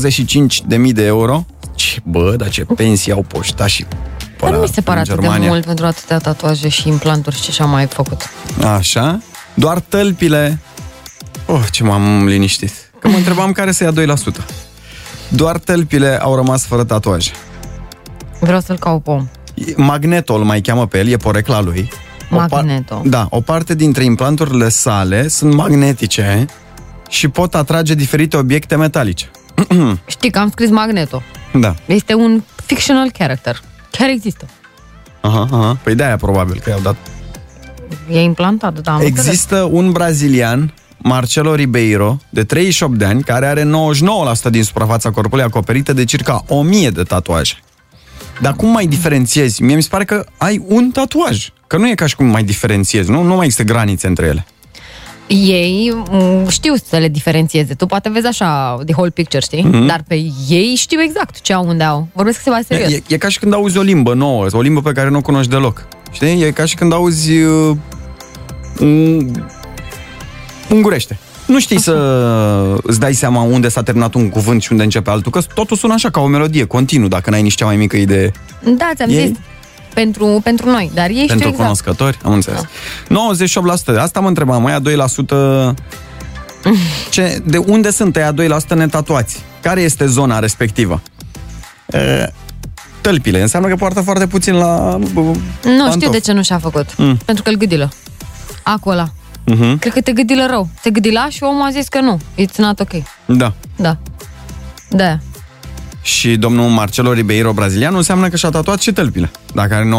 25.000 de euro. Ce, bă, dar ce pensii au poștașii pe
Dar nu
la-
mi se pare
în
atât de
Germania.
mult pentru atâtea tatuaje și implanturi și ce a mai făcut.
Așa. Doar tălpile... Oh, ce m-am liniștit. Că mă întrebam care să ia 2%. Doar tălpile au rămas fără tatuaje.
Vreau să-l caut pe om.
Magneto îl mai cheamă pe el, e porecla lui.
Magneto.
Da, o parte dintre implanturile sale sunt magnetice și pot atrage diferite obiecte metalice.
Știi că am scris Magneto.
da.
Este un fictional character. Chiar există.
Aha, aha. Păi de-aia probabil că i-au dat.
E implantat, da. am înțeles.
Există un brazilian, Marcelo Ribeiro, de 38 de ani, care are 99% din suprafața corpului acoperită de circa 1000 de tatuaje. Dar cum mai diferențiezi? Mie mi se pare că ai un tatuaj. Că nu e ca și cum mai diferențiezi, nu? Nu mai există granițe între ele.
Ei m, știu să le diferențieze. Tu poate vezi așa, the whole picture, știi?
Mhm.
Dar pe ei știu exact ce au, unde au. Vorbesc ceva serios.
E, e ca și când auzi o limbă nouă, o limbă pe care nu o cunoști deloc. Știi? E ca și când auzi uh, un... ungurește. Nu știi să îți dai seama unde s-a terminat un cuvânt și unde începe altul, că totul sună așa ca o melodie, continuu, dacă n-ai nici cea mai mică idee.
Da, ți-am
Ei-
zis. Pentru, pentru noi, dar ei
Pentru
știu exact.
cunoscători, am înțeles. 98%, asta mă întrebam, aia 2%... Ce, de unde sunt aia 2% netatuați? Care este zona respectivă? E, tălpile. Înseamnă că poartă foarte puțin la Nu
Nu știu deci- de ce nu și-a făcut.
Mm.
Pentru că îl gâdilă. Acola.
Uh-huh.
Cred că te gâdilă rău. Te gâdila și omul a zis că nu. It's not ok.
Da.
Da. Da.
Și domnul Marcelo Ribeiro brazilian înseamnă că și-a tatuat și tălpile, dacă are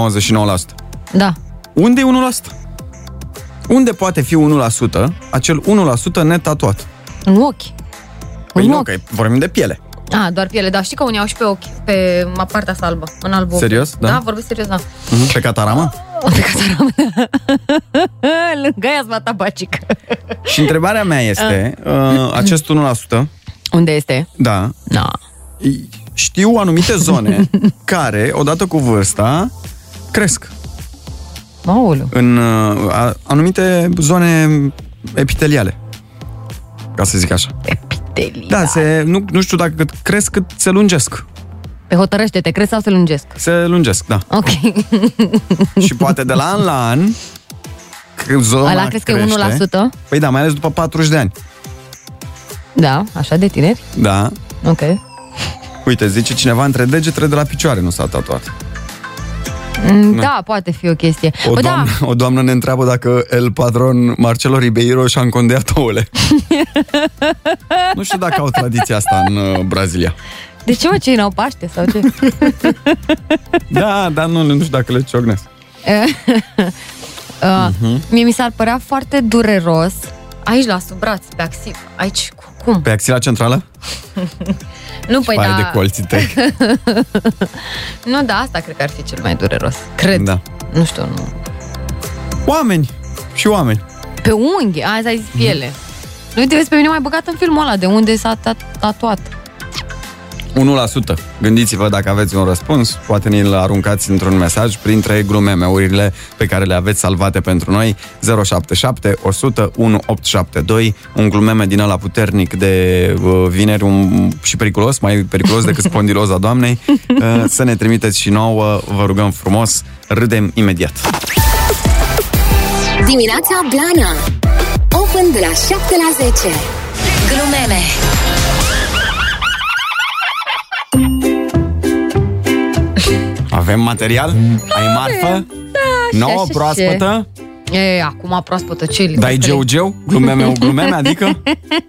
99%.
Da.
Unde e 1%? Unde poate fi 1%, acel 1% netatuat?
În ochi.
Păi nu, că vorbim de piele.
A, doar piele. Da, știi că unii au și pe ochi. Pe partea asta albă. În albă.
Serios?
Da,
Da.
da vorbesc serios, da.
Mhm. Pe catarama?
Lângă aia bata bacic.
Și întrebarea mea este,
Ah.
uh, acest 1%,
Unde este?
da,
da.
știu anumite zone care, odată cu vârsta, cresc.
Maulu.
În uh, a- anumite zone epiteliale. Ca să zic așa.
Epiteliale.
Da, se, nu, nu știu dacă cât cresc, cât se lungesc.
Pe hotărăște-te, crezi sau să lungesc?
Se lungesc, da.
Ok.
Și poate de la an la an, că zona
Ăla crezi că e
crește.
1%?
Păi da, mai ales după 40 de ani.
Da, așa de tineri.
Da.
Ok.
Uite, zice cineva între degetele de la picioare nu s-a tatuat.
Mm,
Nu.
Da, poate fi o chestie.
O,
Bă, da,
doamnă, o doamnă ne întreabă dacă el patron Marcelo Ribeiro și-a încondeat ouăle. nu știu dacă au tradiția asta în uh, Brazilia.
de ce mă, cei n-au paște sau ce?
Da, dar nu, nu știu dacă le ciocnesc.
Uh,
Mhm.
Mie mi s-ar părea foarte dureros aici la sub braț, pe axil, aici cu cum?
Pe axila centrală?
Nu, păi
paie
da.
de colții tăi.
nu, da, asta cred că ar fi cel mai dureros. Cred.
Da.
Nu știu, nu.
Oameni și oameni.
Pe unghi, azi ai zis
Mhm.
piele. Nu uite, vezi, pe mine m-ai băgat în filmul ăla de unde s-a tat- tatuat.
1%. Gândiți-vă dacă aveți un răspuns, poate ne-l aruncați într-un mesaj printre glumemeurile pe care le aveți salvate pentru noi 077 100 1872 un glumeme din ala puternic de uh, vineri un, și periculos, mai periculos decât spondiloza doamnei uh, să ne trimiteți și nouă, vă rugăm frumos râdem imediat.
Dimineața Blana Open de la 7 la 10 Glumeme
Avem material? Ai marfă?
Da,
Nouă proaspătă?
E, acum proaspătă, ce li-
Dai geu-geu? Glumeme, glumeme, adică?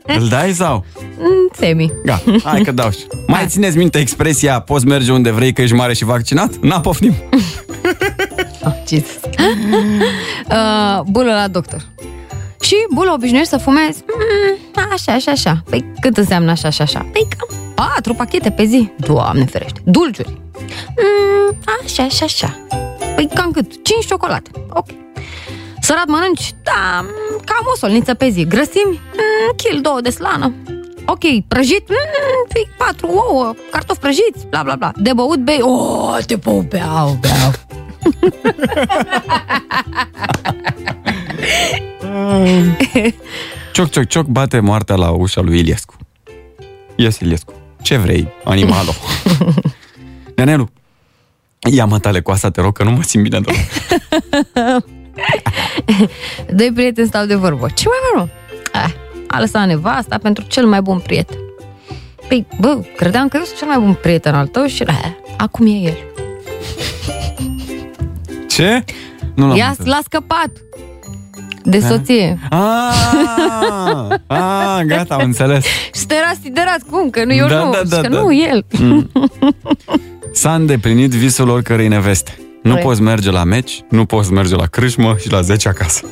Îl dai sau?
Mm, Semi.
Ga, hai că dau și. Mai țineți minte expresia poți merge unde vrei că ești mare și vaccinat? Na, poftim.
uh, bulă la doctor. Și bulă obișnuiești să fumezi mm, așa, așa, așa. Păi cât înseamnă așa, așa, așa? Păi cam patru pachete pe zi. Doamne ferește. Dulciuri. Mm, așa, așa, așa. Păi cam cât? Cinci ciocolate. Ok. Sărat mănânci? Da, mm, cam o solniță pe zi. Grăsimi? Mm, kil două de slană. Ok, prăjit? Mm, păi patru ouă, cartofi prăjiți, bla, bla, bla. De băut bei? Oh, te băut, beau, beau.
Cioc, cioc, cioc, bate moartea la ușa lui Iliescu. Ies Iliescu. Ce vrei, animalo? Nenelu, ia mă tale coasa, te rog, că nu mă simt bine doar.
Doi prieteni stau de vorbă. Ce mai vreau? Ah, a lăsat nevasta pentru cel mai bun prieten. Păi, bă, credeam că eu sunt cel mai bun prieten al tău și ah, acum e el.
Ce? Nu l-am
Ia,
înțeles.
l-a scăpat de
Da?
soție.
Ah, ah, gata, am înțeles.
Și te era siderat, cum? Că nu eu
Da,
nu,
da,
Și
da,
că
da.
nu el.
Mm. S-a îndeplinit visul oricărei neveste. Nu
Corect.
poți merge la meci, nu poți merge la crâșmă și la 10 acasă.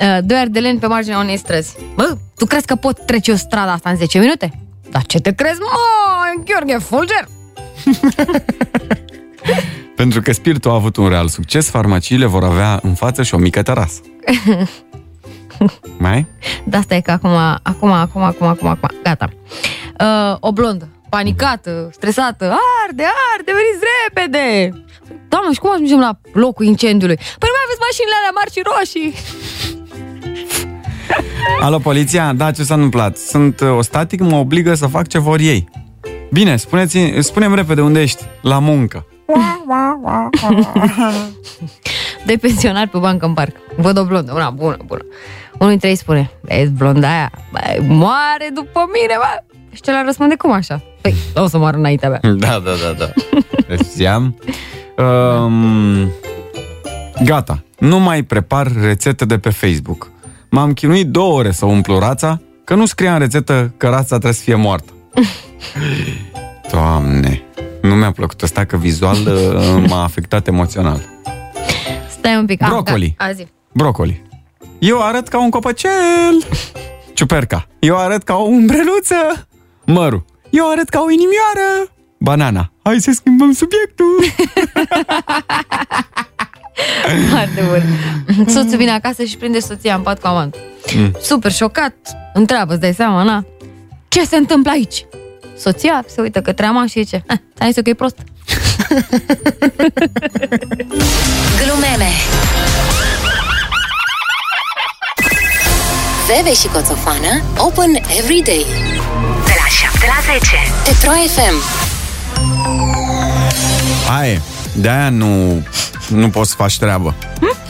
Uh, Doi ardeleni pe marginea unei străzi. Bă, tu crezi că pot trece eu strada asta în 10 minute? Dar ce te crezi, mă, Gheorghe Fulger?
Pentru că spiritul a avut un real succes, farmaciile vor avea în față și o mică terasă. Mai? ai?
Da, asta e că acum, acum, acum, acum, acum, acum, gata. Uh, o blondă, panicată, stresată, arde, arde, veniți repede! Doamne, și cum ajungem la locul incendiului? Păi nu mai aveți mașinile alea mari și roșii!
Alo, poliția? Da, ce s-a întâmplat? Sunt uh, ostatic, mă obligă să fac ce vor ei. Bine, spuneți, spunem repede unde ești. La muncă.
Doi pensionari pe bancă în parc. Văd o blondă, una bună, bună. Unul dintre ei spune, vezi blonda aia, bă, moare după mine, bă. Și celălalt răspunde, cum așa? Păi, o să moară înaintea mea.
Da, da, da, da. Deci Știam. Um, gata. Nu mai prepar rețete de pe Facebook. M-am chinuit două ore să umplu rața, că nu scria în rețetă că rața trebuie să fie moartă. Doamne, nu mi-a plăcut asta că vizual uh, m-a afectat emoțional.
Stai un pic. Ah,
Brocoli.
Da, azi.
Brocoli. Eu arăt ca un copăcel. Ciuperca. Eu arăt ca o umbreluță. Măru. Eu arăt ca o inimioară. Banana. Hai să schimbăm subiectul.
Foarte bun. Soțul vine acasă și prinde soția în pat cu amant.
Mm.
Super șocat, întreabă, îți dai seama, na? Ce se întâmplă aici? Soția se uită către amant și zice, "Eh, ți-am zis eu că e prost.
Glumeme Bebe și Coțofană Open every day De la 7 la 10 Pe Pro FM
Aia e. De-aia nu, nu poți să faci treabă.
Mhm.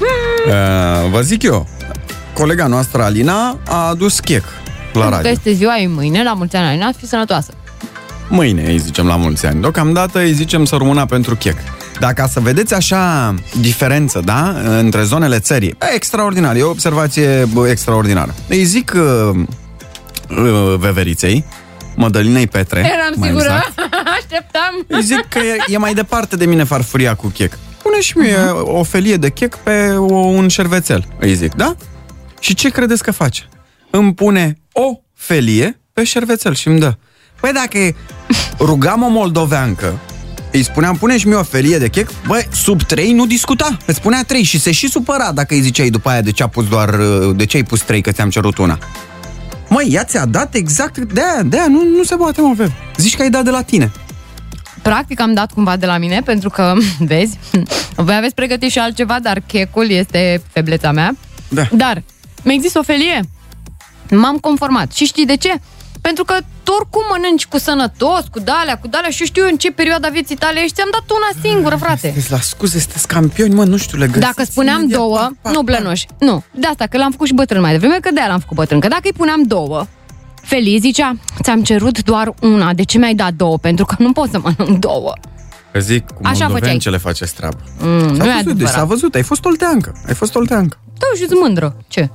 Uh, vă zic eu, colega noastră Alina a adus chec la
Că
radio.
este ziua ei mâine, la mulți ani, Alina, fi sănătoasă.
Mâine îi zicem la mulți ani. Deocamdată îi zicem să rămână pentru chec. Dar ca să vedeți așa diferență, da, între zonele țării, e extraordinar, e o observație bă, extraordinară. Îi zic uh, uh, veveriței, Mădălinei Petre,
Eram
mai
sigură,
exact,
așteptam.
îi zic că e, e mai departe de mine farfuria cu chec. Pune și mie o felie de chec pe o, un șervețel, îi zic, da? Și ce credeți că face? Îmi pune o felie pe șervețel și îmi dă. Păi dacă rugam o moldoveancă, îi spuneam, pune și mie o felie de chec, băi, sub 3 nu discuta. Îți spunea 3 și se și supăra dacă îi ziceai după aia de ce a pus doar, uh, de ce ai pus 3 că ți-am cerut una. Măi, ea ți-a dat exact, de-aia, de-aia, nu, nu se poate, mă, Veb. Zici că ai dat de la tine.
Practic am dat cumva de la mine, pentru că, vezi, voi aveți pregătit și altceva, dar checul este febleța mea.
Da.
Dar mi-a zis o felie. M-am conformat. Și știi de ce? Pentru că tu oricum mănânci cu sănătos, cu dalea, cu dalea și eu știu eu în ce perioada vieții tale ești, am dat una singură, frate.
Deci la scuze, sunteți campioni, mă, nu știu, le găsiți.
Exact. Dacă spuneam două, nu blănoși. Nu, de asta, că l-am făcut și bătrân mai devreme, că de-aia l-am făcut bătrân. Că dacă îi puneam două, Feliz zicea, ți-am cerut doar una, de ce mi-ai dat două? Pentru că nu pot să mănânc două.
Că zic, cu
Așa
moldoveni
făceai.
ce le faceți treabă.
Mm, nu e
s-a, văzut, deci
adevărat.
s-a văzut, ai fost olteancă. Ai fost olteancă.
Da, și sunt mândră. Ce?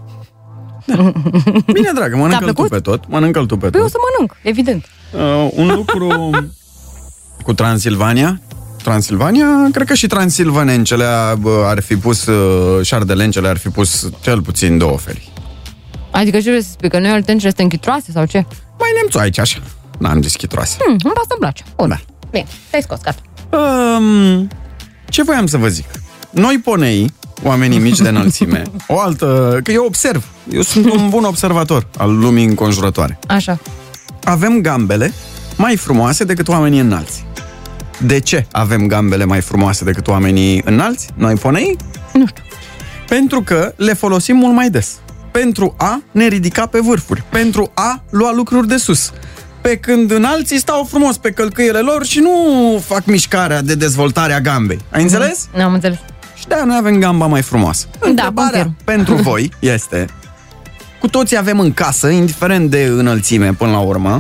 Bine, dragă, mănâncă-l tu pe tot. Mănâncă-l tu
Păi
pe tot.
eu o să mănânc, evident.
Uh, un lucru cu Transilvania. Transilvania, cred că și transilvanencele bă, ar fi pus, uh, șardelencele ar fi pus cel puțin două felii.
Adică ce vrei să spui, că noi oltencele suntem chitroase sau ce?
Mai nemțu aici, așa. N-am zis chitroase.
Hmm, îmi pasă îmi place. Bun.
Da.
Bine, te-ai scos, gata.
Um, ce voiam să vă zic? Noi ponei, oamenii mici de înălțime, o altă... Că eu observ. Eu sunt un bun observator al lumii înconjurătoare.
Așa.
Avem gambele mai frumoase decât oamenii înalți. De ce avem gambele mai frumoase decât oamenii înalți, noi ponei?
Nu
știu. Pentru că le folosim mult mai des. Pentru a ne ridica pe vârfuri. Pentru a lua lucruri de sus. Pe când înalții stau frumos pe călcâiele lor și nu fac mișcarea de dezvoltare a gambei. Ai înțeles?
Nu am înțeles.
Și de-aia noi avem gamba mai frumoasă. Întrebarea da, pentru voi este... Cu toții avem în casă, indiferent de înălțime până la urmă,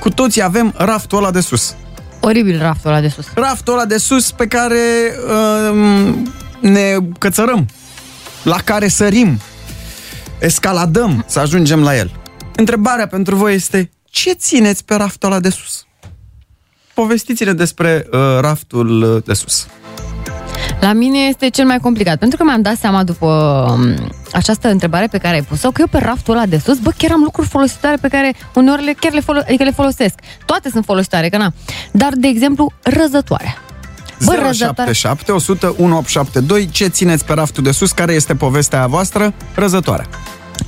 cu toții avem raftul ăla de sus.
Oribil raftul ăla de sus.
Raftul ăla de sus pe care um, ne cățărăm, la care sărim, escaladăm să ajungem la el. Întrebarea pentru voi este, ce țineți pe raftul ăla de sus? Povestiți-ne despre uh, raftul uh, de sus.
La mine este cel mai complicat, pentru că mi-am dat seama după um, această întrebare pe care ai pus-o, că eu pe raftul ăla de sus, bă, chiar am lucruri folositoare pe care uneori le, chiar le, folo- adică le folosesc. Toate sunt folositoare, că na. Dar, de exemplu, răzătoarea. Bă, răzătoarea.
077 100 1872 Ce țineți pe raftul de sus? Care este povestea voastră? Răzătoare.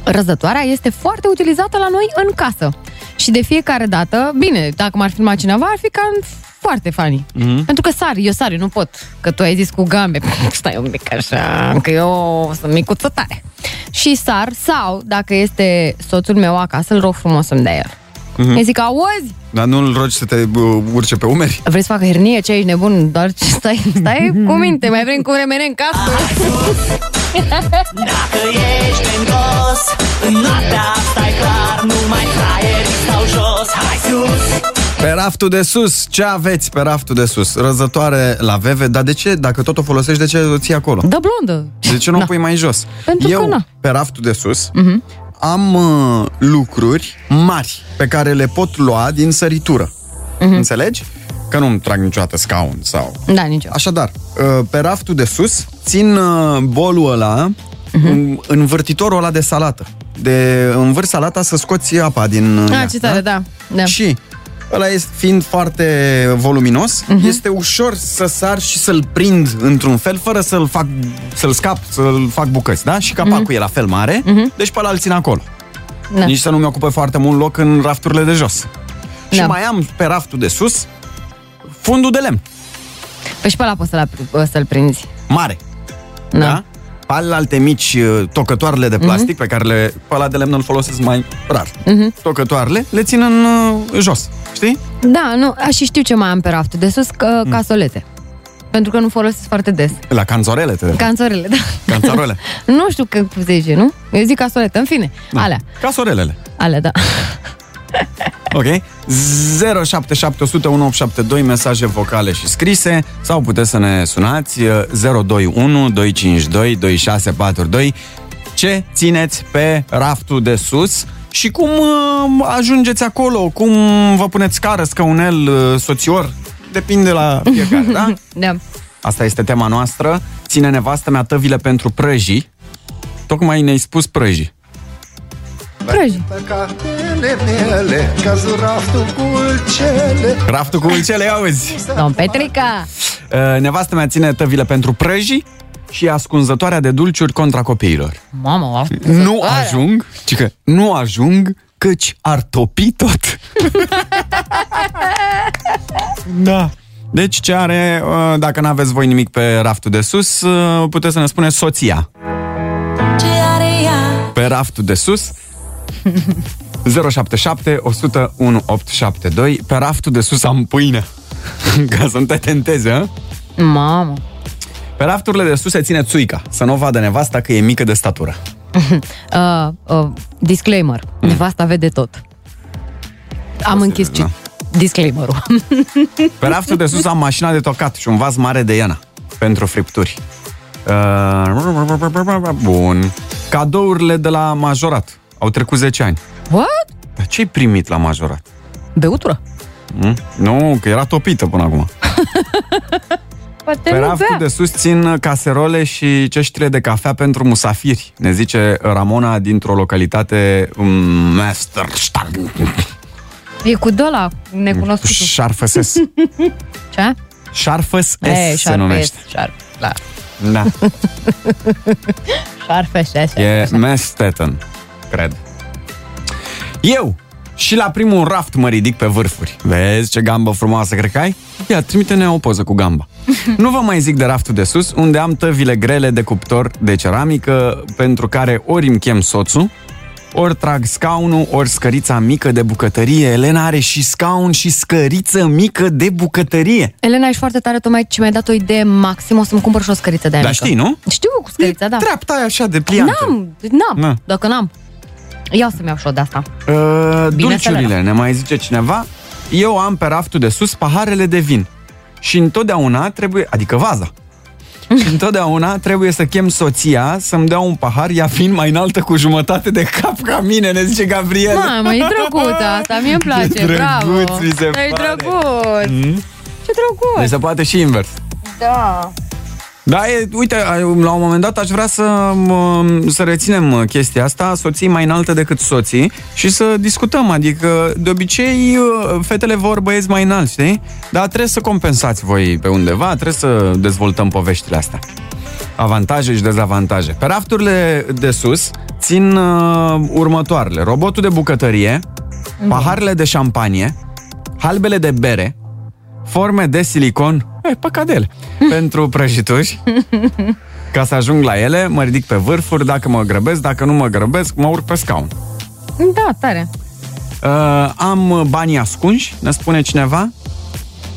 Răzătoarea este foarte utilizată la noi în casă. Și de fiecare dată, bine, dacă m-ar filma cineva, ar fi cam foarte funny. Mm-hmm. Pentru că sar, eu sar, eu nu pot. Că tu ai zis cu gambe, stai un pic așa, că eu sunt micuță tare. Și sar, sau dacă este soțul meu acasă, îl rog frumos să-mi dea el. Mm-hmm. Îi zic, auzi,
Dar nu-l rogi să te bă, urce pe umeri?
vrei să facă hernie, ce ești nebun, dar ce stai, stai cu minte, mai vrem cu remene în casă.
Dacă ești în jos În noaptea asta e clar Nu mai craierii stau jos Hai sus
Pe raftul de sus, ce aveți pe raftul de sus? Răzătoare la veve, dar de ce? Dacă tot o folosești, de ce o ții acolo?
Da, blondă.
De ce nu o pui mai jos?
Pentru că
Eu,
na. Mhm.
pe raftul de sus, am uh, lucruri mari pe care le pot lua din săritură.
Mhm.
Înțelegi? Că nu-mi trag niciodată scaun sau...
Da, nicio.
Așadar, uh, pe raftul de sus țin uh, bolul ăla,
Mhm.
uh-huh. învârtitorul ăla de salată. De învârt salata să scoți apa din... uh, ea,
Ah, ce tare, da. da.
Și ăla este, fiind foarte voluminos,
Mhm.
uh-huh. este ușor să sar și să-l prind într-un fel, fără să-l fac, să-l scap, să-l fac bucăți, da? Și capacul uh-huh. e la fel mare, uh-huh. deci pe ăla îl țin acolo.
Mhm. Da.
Nici să nu-mi ocupe foarte mult loc în rafturile de jos. Și
Da.
mai am pe raftul de sus fundul de lemn,
Păi și pe ăla poți să-l, apri- să-l prinzi.
mare. Da? da? Pe alte mici uh, tocătoarele de plastic, uh-huh. pe care le, pe ăla de lemn îl folosesc mai rar. Uh-huh. Tocătoarele le țin în uh, jos, știi?
Da, nu, a, și știu ce mai am pe raftul de sus, că,
Mm.
casolete. Pentru că nu folosesc foarte des.
La canzorele te
Canțorele, da.
Canțarole.
Nu știu când se zice, nu? Eu zic casolete, în fine. Da. Alea,
Casorelele.
alea, da.
Ok? 077 mesaje vocale și scrise sau puteți să ne sunați eh, 021 252 2642 ce țineți pe raftul de sus și cum eh, ajungeți acolo, cum vă puneți scară, scăunel, eh, soțior, depinde la fiecare, da?
da.
Asta este tema noastră. Ține nevastă mea tăvile pentru prăjii. Tocmai ne-ai spus prăjii.
Prăji.
mele, ca zuraftul cu ulcele.
Raftul cu ulcele, auzi!
Domn Petrica!
Uh, Nevastă mea ține tăvile pentru prăjii și ascunzătoarea de dulciuri contra copiilor.
Mamă,
Nu ajung, ci că nu ajung, căci ar topi tot. da. Deci ce are, uh, dacă nu aveți voi nimic pe raftul de sus, uh, puteți să ne spuneți soția.
Ce are ea?
Pe raftul de sus 077 101 872 Pe raftul de sus am pâine Ca să nu te tenteze, a?
Mamă.
Pe rafturile de sus se ține țuica, să nu o vadă nevasta că e mică de statură.
Uh, uh, disclaimer.
Mm.
Nevasta vede tot. Am închis ce...
da.
disclaimer-ul.
Pe raftul de sus am mașina de tocat și un vas mare de iana pentru fripturi. Uh, Bun. Cadourile de la majorat. Au trecut 10 ani.
What?
Dar ce-ai primit la majorat?
Beutură?
Mm? Nu, că era topită până acum.
Poate
Pe
nu
raftul
bea.
de sus țin caserole și ceștile de cafea pentru musafiri, ne zice Ramona dintr-o localitate mm, Masterstang.
E cu dola
Mm.
necunoscutul.
Șarfăses.
Ce?
Șarfăs S
E,
se numește.
Șarf, la.
Da.
Șarfe, șarfe.
E Mestetten, cred. Eu și la primul raft mă ridic pe vârfuri. Vezi ce gambă frumoasă cred că ai? Ia, trimite-ne o poză cu gamba. nu vă mai zic de raftul de sus, unde am tăvile grele de cuptor de ceramică, pentru care ori îmi chem soțul, ori trag scaunul, ori scărița mică de bucătărie. Elena are și scaun și scăriță mică de bucătărie.
Elena, ești foarte tare, tocmai ce mi-ai dat o idee maxim, o să-mi cumpăr și o scăriță de aia
Dar
mică.
știi, nu?
Știu cu scărița, da.
Treapta aia așa de pliantă.
N-am, n-am,
Na.
dacă n-am. Ia să-mi iau și-o de asta.
Uh,
Bine
dulciurile,
înțeles.
ne mai zice cineva. Eu am pe raftul de sus paharele de vin. Și întotdeauna trebuie, adică vaza. Și întotdeauna trebuie să chem soția să-mi dea un pahar, ea fiind mai înaltă cu jumătate de cap ca mine, ne zice Gabriel.
Mamă, e drăguță asta, mie îmi place,
drăguț
bravo.
mi se
e
pare.
drăguț.
Mm?
Ce drăguț.
Deci se poate și invers.
Păi. Da.
Da, e, uite, la un moment dat aș vrea să, mă, să reținem chestia asta, soții mai înalte decât soții și să discutăm, adică de obicei fetele vor băieți mai înalți, știi? Dar trebuie să compensați voi pe undeva, trebuie să dezvoltăm poveștile astea. Avantaje și dezavantaje. Pe rafturile de sus țin uh, următoarele. Robotul de bucătărie, paharele de șampanie, halbele de bere, forme de silicon, e, păcadele, pentru prăjituri. Ca să ajung la ele, mă ridic pe vârfuri, dacă mă grăbesc, dacă nu mă grăbesc, mă urc pe scaun.
Da, tare.
Uh, am banii ascunși, ne spune cineva.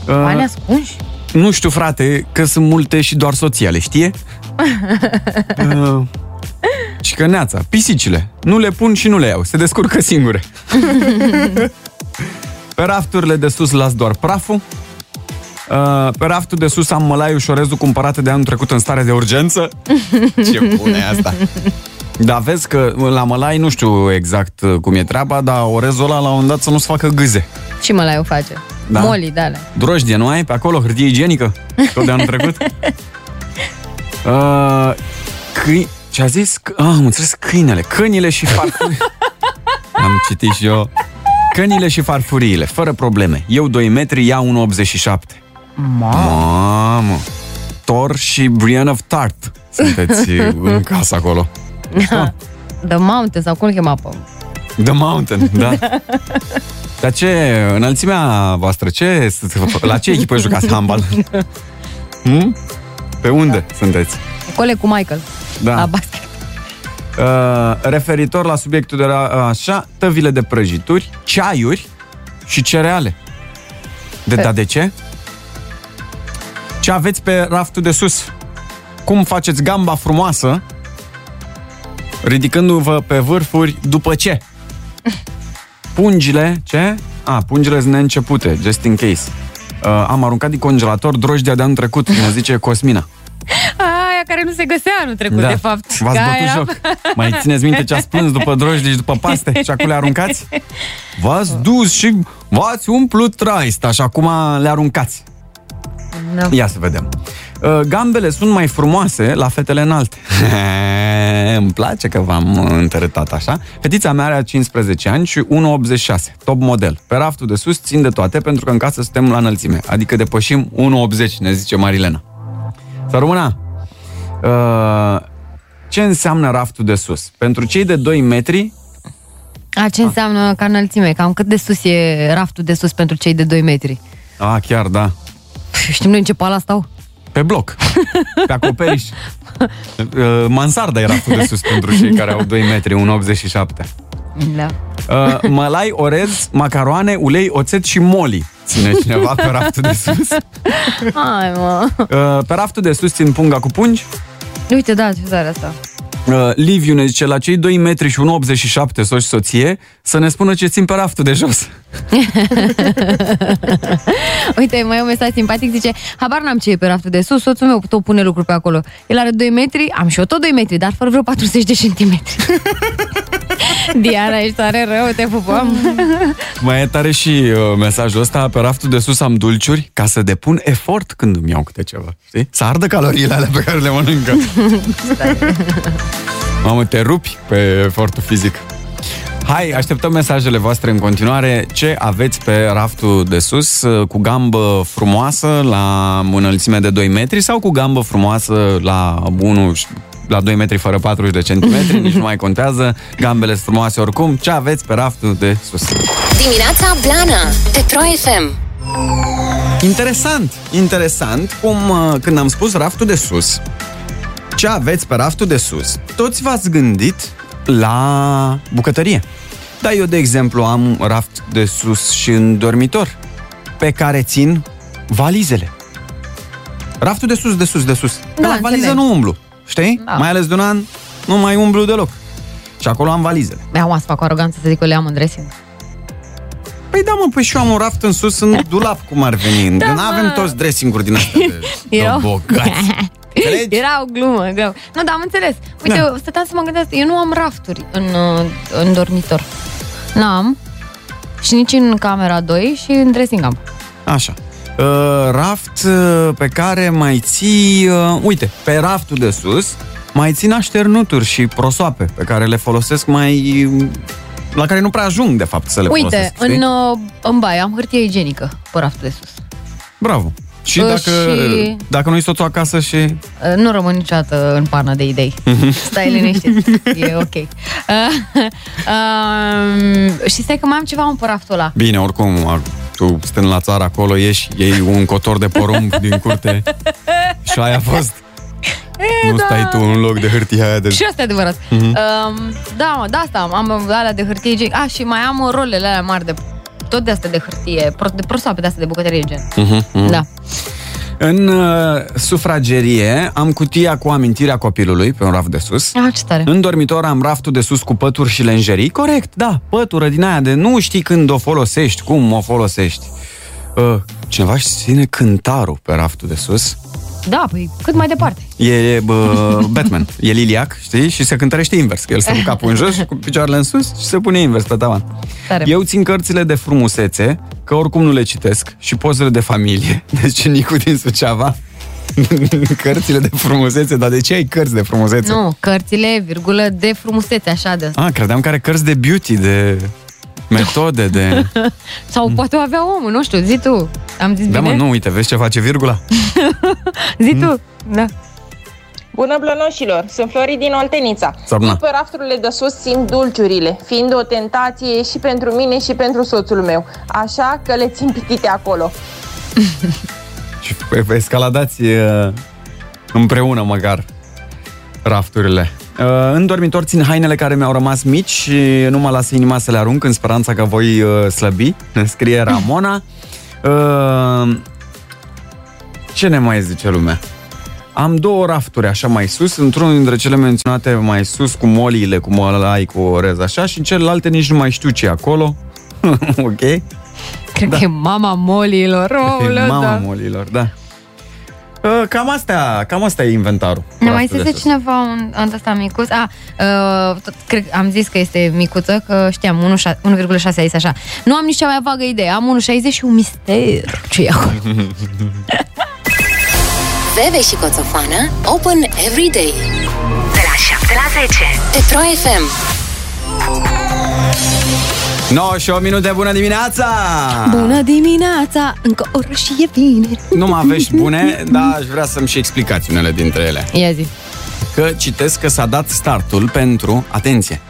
Uh,
Bani ascunși?
Nu știu, frate, că sunt multe și doar soția le știe. Uh, și că neața, pisicile, nu le pun și nu le iau, se descurcă singure. Pe Pe rafturile de sus las doar praful. Uh, pe raftul de sus am mălaiul și orezul cumpărate de anul trecut în stare de urgență. Ce bună e asta! Dar vezi că la mălai nu știu exact uh, cum e treaba, dar orezul ăla la un moment dat să nu-ți facă gâze.
Și mă o face. Da.
Da.
Moli, da.
Drojdie, nu ai? Pe acolo, hârtie igienică? Tot de anul trecut? Uh, câi... Ce-a zis? C- Ah, am înțeles câinele. Câinile și farfurii. am citit și eu. Câinile și farfuriile, fără probleme. Eu 2 metri, ea 1,87. Mamă! Thor și Brian of Tart. Sunteți uh, în casă acolo.
The Mountain sau cum îl chema pe...
The Mountain, da? Dar ce, înălțimea voastră, ce, la ce echipă jucați handbal? Hmm? Pe unde sunteți?
Coleg cu Michael.
Da.
La basket.
Uh, referitor la subiectul de la, uh, așa, tăvile de prăjituri, ceaiuri și cereale. De, da, de ce? Ce aveți pe raftul de sus? Cum faceți gamba frumoasă ridicându-vă pe vârfuri după ce? Pungile, ce? A, pungile sunt neîncepute, just in case. Uh, am aruncat din congelator drojdia de anul trecut, ne zice Cosmina.
Aia care nu se găsea anul trecut, de fapt.
Da. V-ați
Că
bătut
aia-
joc. Mai țineți minte ce ați plâns după drojdii și după paste și acum le aruncați? V-ați dus și v-ați umplut traist, așa cum le aruncați.
Da.
Ia să vedem. Uh, Gambele sunt mai frumoase la fetele înalte. Îmi place că v-am întărâtat așa. Fetița mea are 15 ani și 1,86, top model. Pe raftul de sus țin de toate pentru că în casă suntem la înălțime, adică depășim 1,80, ne zice Marilena. Să rămână! Uh, ce înseamnă raftul de sus? Pentru cei de 2 metri,
A,
Ah.
ce înseamnă ca înălțime? Cam cât de sus e raftul de sus pentru cei de 2 metri?
a, chiar da,
Păi, Știm noi în ce palat stau?
pe bloc, pe acoperiș. Uh, Mansarda e raftul de sus pentru cei care au 2 metri, 1,87.
Da.
Uh, mălai, orez, macaroane, ulei, oțet și moli. Ține cineva pe raftul de sus.
Hai, mă.
Uh, pe raftul de sus țin punga cu pungi.
Uite, da, ce zare asta.
Uh, Liviu ne zice, la cei 2 metri și 1,87 soț și soție, să ne spună ce țin pe raftul de jos.
Uite, mai e un mesaj simpatic, zice Habar n-am ce e pe raftul de sus, soțul meu tot pune lucruri pe acolo El are 2 metri, am și eu tot 2 metri, dar fără vreo 40 de centimetri Diana, ești tare rău, te pupăm
Mai e tare și uh, mesajul ăsta, pe raftul de sus am dulciuri ca să depun efort când îmi iau câte ceva, știi? Să ardă caloriile alea pe care le mănâncă. Mamă, te rupi pe efortul fizic. Hai, așteptăm mesajele voastre în continuare. Ce aveți pe raftul de sus uh, cu gambă frumoasă la înălțime de 2 metri sau cu gambă frumoasă la 1 la 2 metri fără 40 de centimetri, nici nu mai contează. Gambele sunt frumoase oricum. Ce aveți pe raftul de sus?
Dimineața Blana Pe Pro FM
Interesant, interesant cum uh, când am spus raftul de sus, ce aveți pe raftul de sus, toți v-ați gândit la bucătărie. Da, eu, de exemplu, am raft de sus și în dormitor, pe care țin valizele. Raftul de sus, de sus, de sus. Da, la valiză nu umblu, știi? Da. Mai ales de un an, nu mai umblu deloc. Și acolo am valizele.
Mi-am să fac o aroganță să zic că le am în dressing
Păi da, mă, păi și eu am un raft în sus, în dulap, cum ar veni. Da,
Da,
nu avem
mă.
toți dressing-uri din astea de
Erau-
bogați.
Era o glumă, greu. Nu, dar am înțeles. Uite,
Da.
da. stăteam să mă gândesc, eu nu am rafturi în, uh, în dormitor. N-am. Și nici în camera 2 și în dressing am.
Așa. Uh, raft uh, pe care mai ții... Uh, uite, pe raftul de sus mai țin așternuturi și prosoape pe care le folosesc mai... La care nu prea ajung, de fapt, să le
Uite,
folosesc.
în,
știi?
uh, în baie am hârtie igienică pe raftul de sus.
Bravo. Și
Uh,
dacă,
și-
dacă nu-i soțul acasă și...
Uh, Nu rămân niciodată în pană de idei.
Mhm.
Stai liniștit, e ok. Uh, um, și stai că mai am ceva în pe raftul ăla.
Bine, oricum, a- tu stând la țară acolo, ieși, iei un cotor de porumb din curte și aia a fost.
E,
nu
da.
stai tu în loc de hârtia aia de...
Și asta e adevărat.
Mhm.
Um, da, mă, de asta am, am alea de hârtie gen. A, și mai am uh, rolele alea mari de tot de astea de hârtie, pro, de prosoape de astea de bucătărie gen.
Mhm, mhm.
Da.
În uh, sufragerie am cutia cu amintirea copilului pe un raft de sus.
Ah, ce tare.
În dormitor am raftul de sus cu pături și lenjerii. Corect, da, pătură din aia de nu știi când o folosești, cum o folosești. Uh, cineva își ține cântarul pe raftul de sus.
Da, păi cât mai departe.
E bă, Batman, e liliac, știi? Și se cântărește invers, că el stă cu capul în jos și cu picioarele în sus și se pune invers pe tavan.
Tare.
Eu țin cărțile de frumusețe, că oricum nu le citesc, și pozele de familie. Deci Nicu din Suceava, cărțile de frumusețe, dar de ce ai cărți de frumusețe?
Nu, cărțile, virgulă, de frumusețe, așa de...
Ah, credeam că are cărți de beauty, de metode, de...
Sau poate o avea omul, nu știu, zi tu. Am zis
Mm. Da, mă,
bine?
nu, uite, vezi ce face virgula?
Zi tu. Da.
Bună blănoșilor! Sunt Flori din Oltenița.
Sabna.
Eu pe rafturile de sus simt dulciurile, fiind o tentație și pentru mine și pentru soțul meu. Așa că le țin pitite acolo.
Și păi, păi, escaladați uh, împreună măcar rafturile. Uh, În dormitor țin hainele care mi-au rămas mici și nu mă las inima să le arunc în speranța că voi uh, slăbi, ne scrie Ramona. Uh, Ce ne mai zice lumea? Am două rafturi așa mai sus, într-unul dintre cele menționate mai sus cu moliile, cu mălai, cu orez așa și în celelalte nici nu mai știu ce e acolo. ok?
Cred da. că e mama molilor. Omule,
E mama
da.
molilor, da. Uh, Cam asta, cam asta e inventarul.
Ne mai
Raftul Păi, de
zise
sus.
cineva un, un ăsta micuț. A, uh, tot, cred, am zis că este micuță, că știam, 1,6 1,6 a zis așa. Nu am nici cea mai vagă idee. Am 1,60 și un mister. Ce e acolo?
Bebe și Coțofană Open every day De la 7 la 10 Pe Pro FM
9 și 8 minute, bună dimineața!
Bună dimineața! Încă o roșie vineri.
Nu mai avești bune, dar aș vrea să-mi și explicați unele dintre ele.
Ia zi.
Că citesc că s-a dat startul pentru, atenție,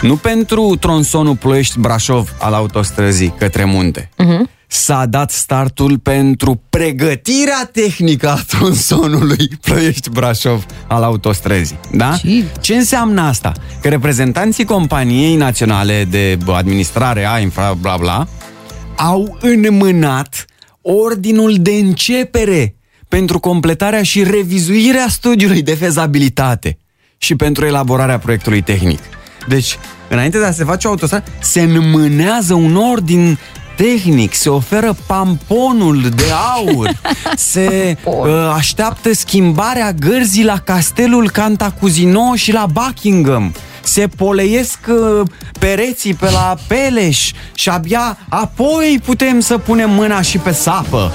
nu pentru tronsonul Ploiești-Brașov al autostrăzii către munte.
Mhm.
S-a dat startul pentru pregătirea tehnică a tronsonului Ploiești-Brașov al autostrăzii. Da? Ce înseamnă asta? Că reprezentanții companiei naționale de administrare a infra bla bla au înmânat ordinul de începere pentru completarea și revizuirea studiului de fezabilitate și pentru elaborarea proiectului tehnic. Deci, înainte de a se face o autostradă, se înmânează un ordin tehnic, se oferă pamponul de aur, se uh, așteaptă schimbarea gărzii la castelul Cantacuzino și la Buckingham. Se poleiesc uh, pereții pe la Peleș și abia apoi putem să punem mâna și pe sapă.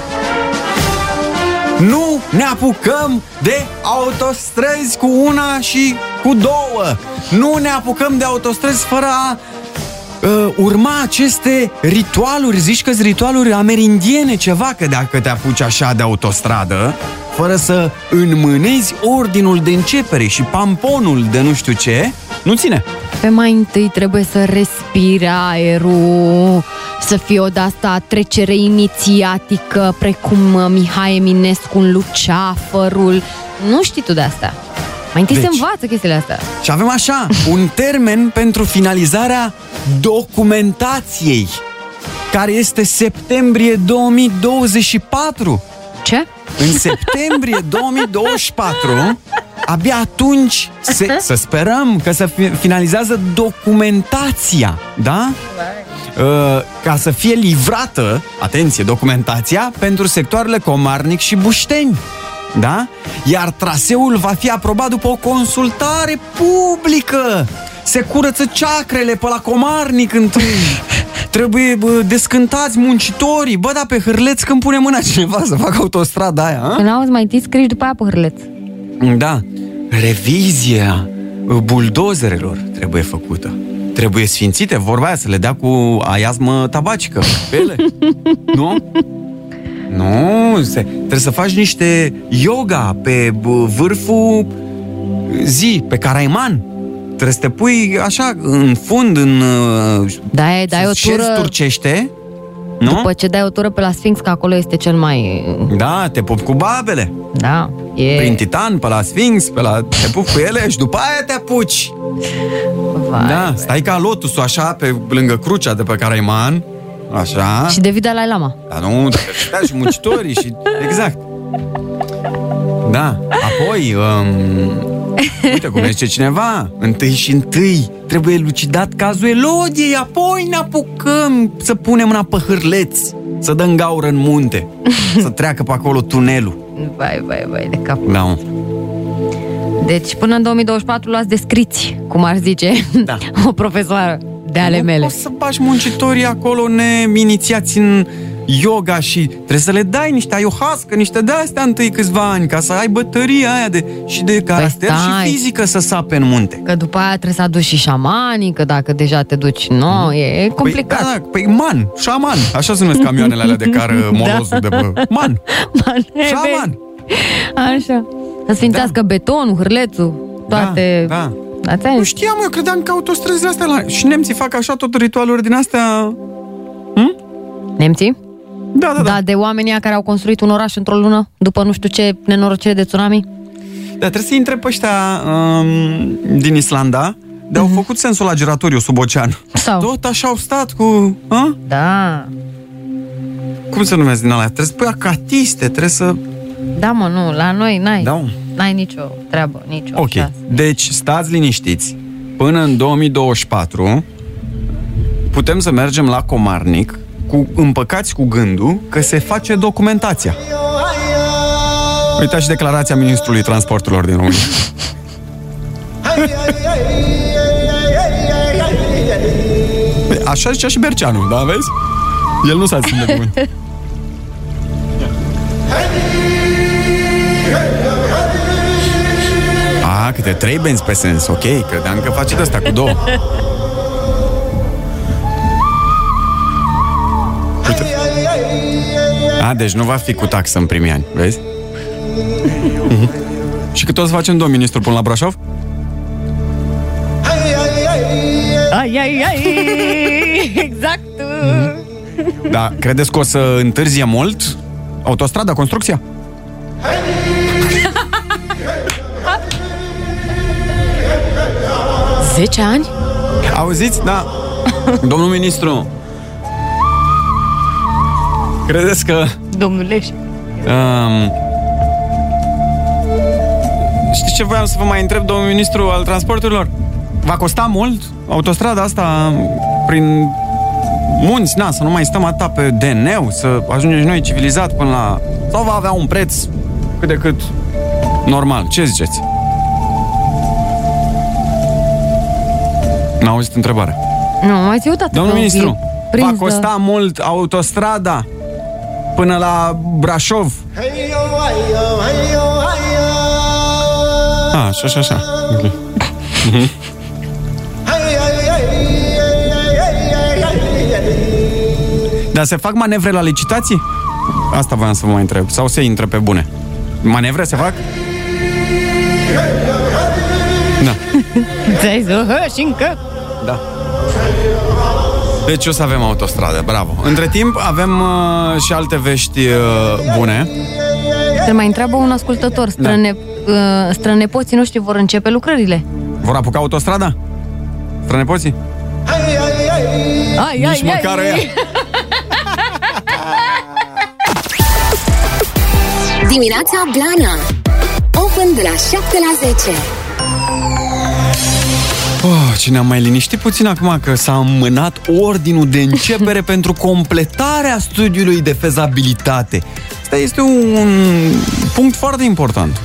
Nu ne apucăm de autostrăzi cu una și cu două. Nu ne apucăm de autostrăzi fără a uh, urma aceste ritualuri. Zici că ritualuri amerindiene ceva, că dacă te apuci așa de autostradă, fără să înmânezi ordinul de începere și pamponul de nu știu ce, nu ține.
Pe mai întâi trebuie să respiri aerul, să fie o asta trecere inițiatică, precum uh, Mihai Eminescu în Luceafărul. Nu știi tu de asta. Mai întâi deci... se
Deci-
învață chestiile astea.
Și avem așa, un termen pentru finalizarea documentației, care este septembrie 2024.
Ce?
În septembrie 2024, abia atunci se, să sperăm că se fi- finalizează documentația, da? Uh, ca să fie livrată, atenție, documentația pentru sectoarele Comarnic și Bușteni. Da? Iar traseul va fi aprobat după o consultare publică. Se curăță ceacrele pe la Comarnic întâi. Trebuie bă, descântați muncitorii. Bă, da, pe hârleț când pune mâna cineva să facă autostrada aia, a?
Când auzi mai întâi scrii și după aia pe hârleț.
Da. Revizia buldozerelor trebuie făcută. Trebuie sfințite, vorba aia, să le dea cu aiazmă tabacică. Pe ele. nu? Nu, se, trebuie să faci niște yoga pe bă, vârful zi, pe Caraiman. Trebuie să te pui așa, în fund, în...
Da, e, dai o tură-
turcește, nu?
După ce dai o tură pe la Sphinx, că acolo este cel mai...
Da, te pup cu babele.
Da. E...
Prin Titan, pe la Sphinx, pe la... Te pup cu ele și după aia te apuci.
Vai,
da, stai ca lotusul așa, pe lângă crucea de pe Caraiman. Așa. Da,
Și devii Dalai Lama.
Dar nu, dacă te și muncitorii și... Exact. Da, apoi, um, uite cum ne zice cineva, întâi și întâi trebuie lucidat cazul Elodiei, apoi ne apucăm să punem mâna pe hârleț, să dăm gaură în munte, să treacă pe acolo tunelul.
Vai, vai, vai, de cap.
Da, mă.
Deci până în 2024 luați descriți, cum ar zice da. o profesoară de ale
Nu
mele.
poți să bași muncitorii acolo neinițiați în yoga și trebuie să le dai niște aiohască, niște de-astea întâi câțiva ani, ca să ai bătăria aia de, și de caracter
Păi stai.
și fizică să sape în munte. Păi,
Că după aia trebuie să aduci și șamanii, că dacă deja te duci, nu, e, e complicat.
Mm-hmm. Păi, da, da, păi man, șaman, așa se numesc camioanele alea de cară
Da.
molozul de bă. Man,
Man,
da. Șaman.
Așa. Să sfințească da. betonul, hârlețul, toate...
Da, da.
da. Nu
știam, eu credeam că autostrăzile astea la... Și nemții fac așa tot ritualuri din astea...
Nemții?
Da, da,
da. Da, de oamenii aia care au construit un oraș într-o lună, după nu știu ce nenorocire de tsunami.
Dar trebuie să intre pe ăștia um, din Islanda,
Mhm.
dar au făcut sensul la giratoriu sub ocean.
Sau?
Tot așa au stat cu... A?
Da.
Cum se numesc din alea? Trebuie să pui acatiste, trebuie să...
Da, mă, nu, la noi n-ai.
Da, mă.
N-ai nicio treabă, nicio
Ok,
șansă.
deci stați liniștiți. Până în 2024 putem să mergem la Comarnic cu împăcați cu gândul că se face documentația. Uitați și declarația ministrului transporturilor din România. Așa zicea și Berceanu, da, vezi? El nu s-a ținut de cuvânt. A, câte trei benzi pe sens, ok, credeam că faceți asta cu două. A, deci nu va fi cu taxă în primii ani, vezi? Mhm. Și cât o să facem domn ministru până la Brașov?
Ai, ai, ai, exact.
Da, credeți că o să întârzie mult autostrada, construcția?
Zece ani?
Auziți? Da. Domnul ministru, credeți că
Domnule,
Um, știți ce voiam să vă mai întreb, domnul ministru al transporturilor? Va costa mult autostrada asta prin munți, na, să nu mai stăm atâta pe DN, să ajungem și noi civilizat până la... Sau va avea un preț cât de cât normal? Ce ziceți? N-au auzit întrebarea.
nu, mai ți dat.
Domnul ministru, va costa mult autostrada până la Brașov? A, așa, așa, așa. Okay. Dar se fac manevre la licitații? Asta voiam să vă mai întreb. Sau se intră pe bune? Manevre se fac? Da.
Ți-ai zis, "Hă, și încă.
Da. Deci o să avem autostradă, bravo. Între timp avem uh, și alte vești uh, bune.
Te mai întreabă un ascultător, străne, da. strănepoții noștri vor începe lucrările.
Vor apuca autostrada? Strănepoții?
Ai,
Nici măcar ea.
Dimineața Blana Open de la 7 la 10
Oh, cine am mai liniștit puțin acum că s-a amânat ordinul de începere pentru completarea studiului de fezabilitate. Asta este un punct foarte important.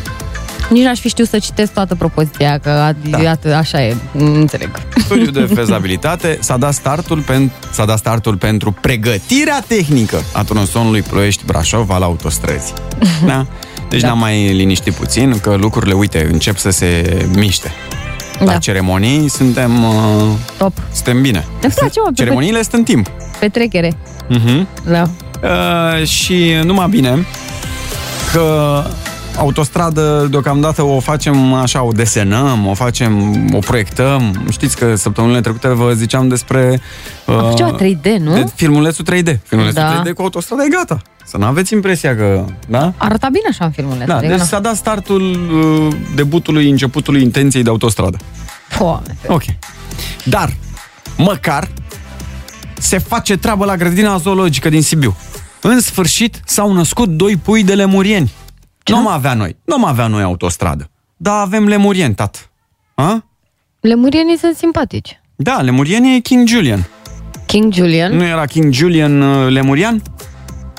Nici n-aș fi știut să citesc toată propoziția, că a, da. iată, așa e, înțeleg.
Studiul de fezabilitate s-a dat startul, pen, s-a dat startul pentru pregătirea tehnică a tronsonului Ploiești-Brașov al autostrăzii. Da? Deci da. ne-am mai liniștit puțin că lucrurile, uite, încep să se miște. La
Da.
ceremonii suntem... uh,
Top.
Suntem bine.
Îmi place, mă, pe-
Ceremoniile sunt în timp.
Petrecere.
Uh-huh.
Da.
Uh, și numai bine că autostradă deocamdată o facem așa, o desenăm, o facem, o proiectăm. Știți că săptămânile trecute vă ziceam despre... uh,
Am făcut ceva 3D, nu?
De filmulețul 3D. Filmulețul
Da.
da. 3D cu autostrada e gata. Să nu aveți impresia că... Da?
Arăta bine așa în filmuleț.
Da,
adică
deci
nu.
s-a dat startul uh, debutului, începutului intenției de autostradă.
Doamne.
Ok. Dar, măcar, se face treabă la grădina zoologică din Sibiu. În sfârșit, s-au născut doi pui de lemurieni. Nu am avea noi. Nu am avea noi autostradă. Dar avem lemurien, tat. A?
Lemurienii sunt simpatici.
Da, lemurien e King Julian.
King Julian?
Nu era King Julian uh, lemurian?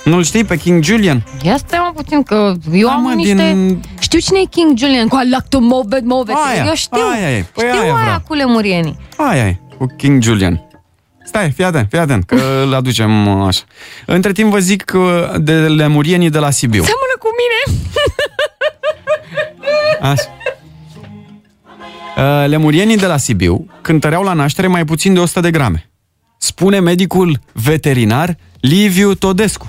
Nu-l știi pe King Julian?
Ia stai mă puțin că eu
Da,
am
mă,
niște...
din-
Știu cine e King Julian cu I like to move it, move it.
Aia,
eu știu.
aia e. Păi
știu
aia
aia,
vreau.
cu lemurienii.
Aia e, cu King Julian. Stai, fii atent, fii atent, că îl aducem uh, așa. Între timp vă zic uh, de lemurienii de la Sibiu.
Seamănă cu mine.
Așa. Uh, Lemurienii de la Sibiu cântăreau la naștere mai puțin de 100 de grame. Spune medicul veterinar Liviu Todescu.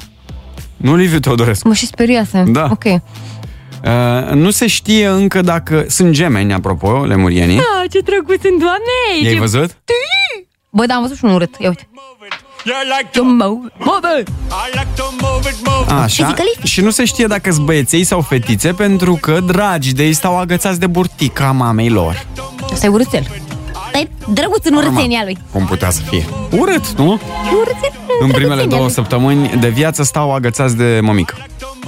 Nu Liviu Teodorescu.
Mă și speriasă.
Da.
Ok.
Uh, nu se știe încă dacă sunt gemeni, apropo, lemurienii.
Ah, ce drăguț sunt, doamne!
I-ai
ce-
văzut?
Tii! Bă, da, am văzut și un urât. Ia uite.
like
to move it, move it.
Așa. Și nu se știe dacă sunt băieței sau fetițe, pentru că dragi de ei stau agățați de burtica mamei lor.
Asta e urâțel. Asta e drăguț în urâțenia lui.
Cum putea să fie? Urât, nu?
E urâțel
În primele
drăguțenia
două
lui.
săptămâni de viață stau agățați de mămică.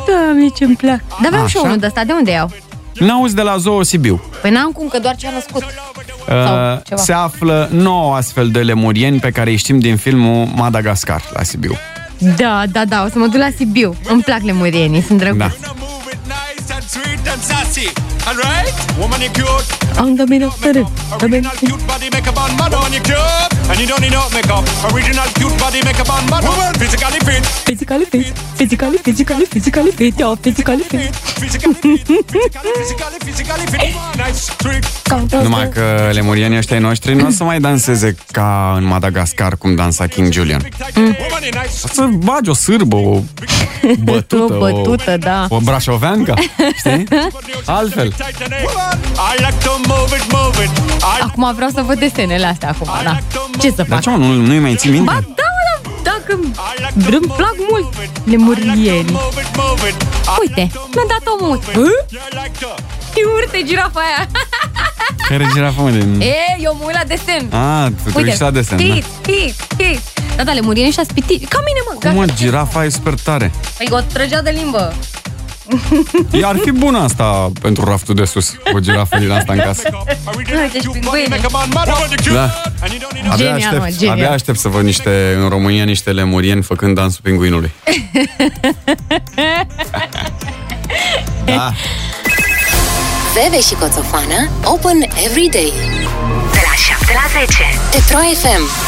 Da, mie ce-mi plac. Dar aveam și
Așa?
unul de ăsta, de unde iau?
N-auzi de la Zoo Sibiu.
Păi n-am cum, că doar ce a născut.
Uh,
ceva.
se află 9 astfel de lemurieni pe care îi știm din filmul Madagascar la Sibiu.
Da, da, da, o să mă duc la Sibiu. Îmi plac lemurienii, sunt drăguți.
Da. Da.
Am dominat tărâm. Dominat.
Physically fit, physically, physically, physically fit, yo, physically fit.
Eh,
Numai că lemurienii ăștia noștri nu o să mai danseze ca în Madagascar cum dansa King Julian.
Mm.
O să bagi o sârbă, o bătută,
O bătută, da.
o brașoveancă, știi?
oh,
Altfel.
eh.
Acum vreau să văd desenele astea acum, da. Ce să
Dar
fac?
ce mă, nu, nu-i mai ții minte?
Ba, da, mă, da, dacă îmi plac mult lemurieni. Uite, mi-a dat o mut. Și urte girafa aia.
Care girafa, mă, din...
E, eu mă uit la desen.
A, tu te uiți la desen, da?
hit, hit, hit. Da, da, lemurienii ăștia spiti. Ca mine, mă,
Cum,
gata.
da. mă, girafa e super tare.
Păi o trăgea de limbă.
Ea ar fi bună asta pentru raftul de sus, o girafă din asta în casă.
Uite, și pinguini.
Da. Abia
Genial, mă,
aștept,
genial.
abia aștept să văd niște, în România niște lemurieni făcând dansul pinguinului. Da.
Bebe și Coțofană Open every day De la 7 la 10 Pe Pro FM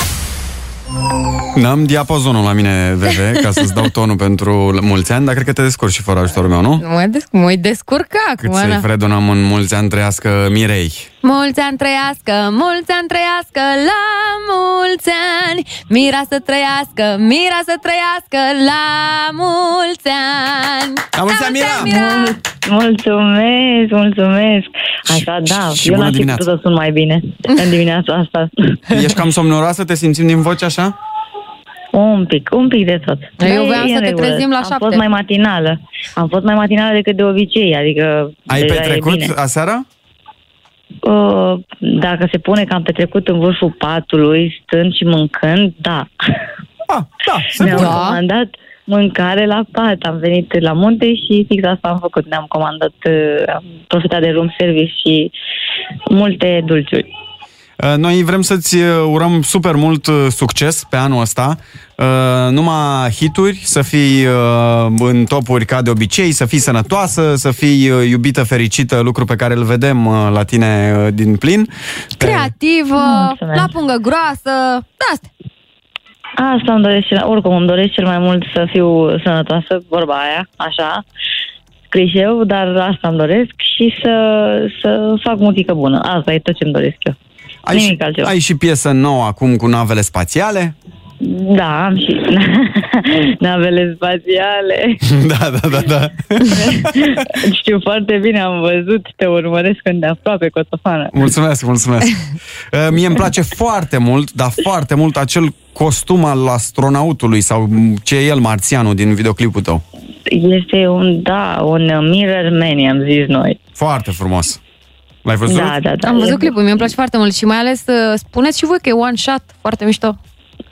N-am diapazonul la mine, VV, ca să-ți dau tonul pentru mulți ani, dar cred că te descurci și fără ajutorul meu, nu?
Mă des- mă descurca
Cât
acum,
să-i
Ana.
fredonăm în mulți ani trăiască Mirei.
Mulți ani trăiască, mulți ani trăiască, la mulți ani Mira să trăiască, Mira să trăiască, la mulți ani
La mulți ani, Mira!
Mulțumesc, mulțumesc. Așa, da,
și
eu
bună
la
dimineața.
începutul sunt mai bine în dimineața asta.
Ești cam somnoroasă? Te simțim din voce așa?
Un pic, un pic de tot.
Eu
Dar e
voiam
în
să te
regulă.
trezim la
Am
șapte.
fost mai matinală. Am fost mai matinală decât de obicei, adică...
Ai
deja e
petrecut
bine.
aseară?
Uh, Dacă se pune că am petrecut în vârful patului, stând și mâncând, da.
Ah, da,
Mi-am
bun.
comandat mâncare la pat. Am venit la munte și fix asta am făcut. Ne-am comandat, uh, am profitat de room service și multe dulciuri.
Uh, Noi vrem să-ți uh, urăm super mult uh, succes pe anul ăsta. Uh, Numai hituri, să fii uh, în topuri ca de obicei, să fii sănătoasă, să fii uh, iubită, fericită, lucru pe care îl vedem uh, la tine uh, din plin.
Creativă, la pungă groasă, Da, asta
Asta îmi doresc, cel- oricum îmi doresc cel mai mult să fiu sănătoasă, vorba aia, așa, clișeu, dar asta îmi doresc și să, să fac muzică bună. Asta e tot ce îmi doresc eu.
Ai și,
Nimic altceva.
ai și piesă nouă acum cu navele spațiale.
Da, am și navele spațiale.
da, da, da, da.
Știu foarte bine, am văzut, te urmăresc când aproape cotofană.
Mulțumesc, mulțumesc. Uh, Mie îmi place foarte mult, dar foarte mult, acel costum al astronautului sau mm, ce e el, marțianul, din videoclipul tău.
Este un, da, un mirror man, i-am zis noi.
Foarte frumos. L-ai văzut?
Da, da, da.
Am văzut clipul, mi-a place foarte mult și mai ales uh, spuneți și voi că e one shot, foarte mișto.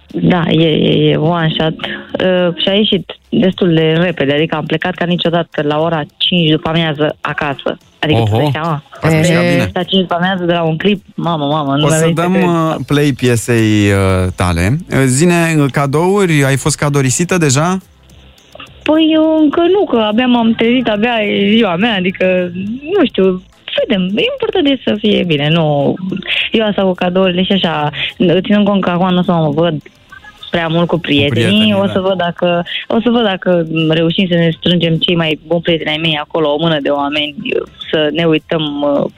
Da, e, e, e one shot uh, și a ieșit destul de repede, adică am plecat ca niciodată la ora 5 după amiază acasă. Adică
Oho.
tu dai seama?
Asta e
Pe-
bine.
La 5 după amiază de la un clip, mamă, mamă, nu
O
mai
să
vei
dăm
cred.
uh, play piesei uh, tale. Uh, Zine, uh, cadouri, ai fost cadorisită deja?
Păi eu încă nu, că abia m-am trezit, abia e ziua mea, adică, nu știu, vedem, e important e să fie bine, nu, eu asta cu cadourile și așa, ținând cont că acum nu o să mă văd prea mult cu prietenii, cu
prietenii,
prietenii o,
da.
să văd dacă, o să văd dacă reușim să ne strângem cei mai buni prieteni ai mei acolo, o mână de oameni, să ne uităm uh,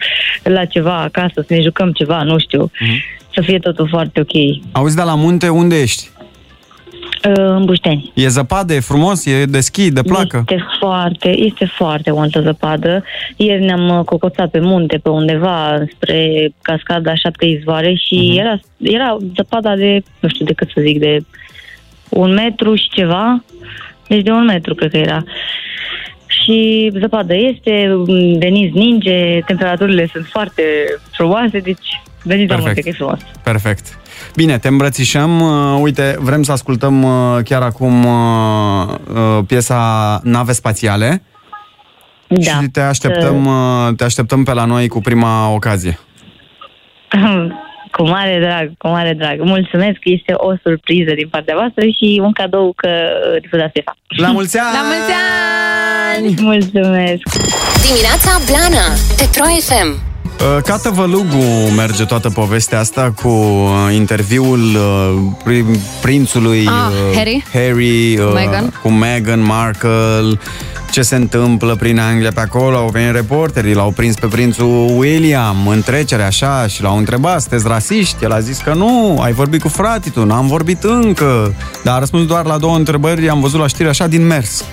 la ceva acasă, să ne jucăm ceva, nu știu, să fie totul foarte ok. Uh,
Auzi, de la munte, unde ești?
În Bușteni.
E zăpadă, e frumos, e de schi, de placă?
Este foarte, este foarte multă zăpadă. Ieri ne-am uh, cocoțat pe munte, pe undeva, spre cascada șapte izvoare și era, era zăpada de, nu știu de cât să zic, de un metru și ceva. Deci de un metru, cred că era. Și zăpadă este, m, denis ninge, temperaturile sunt foarte frumoase, deci veniți la
Perfect.
munte, că e frumos.
Perfect. Bine, te îmbrățișăm. Uh, Uite, vrem să ascultăm uh, chiar acum uh, uh, piesa Nave Spațiale.
Da.
Și te așteptăm, uh, te așteptăm pe la noi cu prima ocazie.
Cu mare drag, cu mare drag. Mulțumesc, este o surpriză din partea voastră și un cadou că difuzați Stefa.
La mulți ani!
La mulți ani!
Mulțumesc!
Dimineața Blana Pe Pro FM
Uh, Cată Vălugu merge toată povestea asta cu uh, interviul uh, prim- prințului
Ah,
uh,
Harry?
Harry uh,
Meghan?
cu Meghan Markle, ce se întâmplă prin Anglia pe acolo, au venit reporterii, l-au prins pe prințul William în trecere așa și l-au întrebat, sunteți rasiști? El a zis că nu, ai vorbit cu fratitul, n-am vorbit încă, dar a răspuns doar la două întrebări, am văzut la știri așa din mers.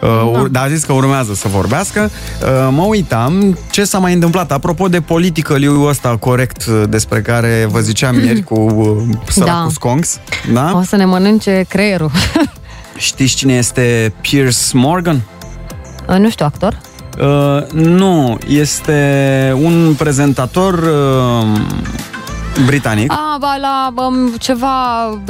Uh,
Da.
ur- Dar a zis că urmează să vorbească. Uh, Mă uitam ce s-a mai întâmplat. Apropo de politică, liu ăsta corect uh, despre care vă ziceam ieri cu uh, săracul
Mm. Da.
Sconks. Da?
O să ne mănânce creierul.
Știți cine este Pierce Morgan?
nu știu, actor?
Uh, nu, este un prezentator uh, britanic.
Ah, ba, la um, ceva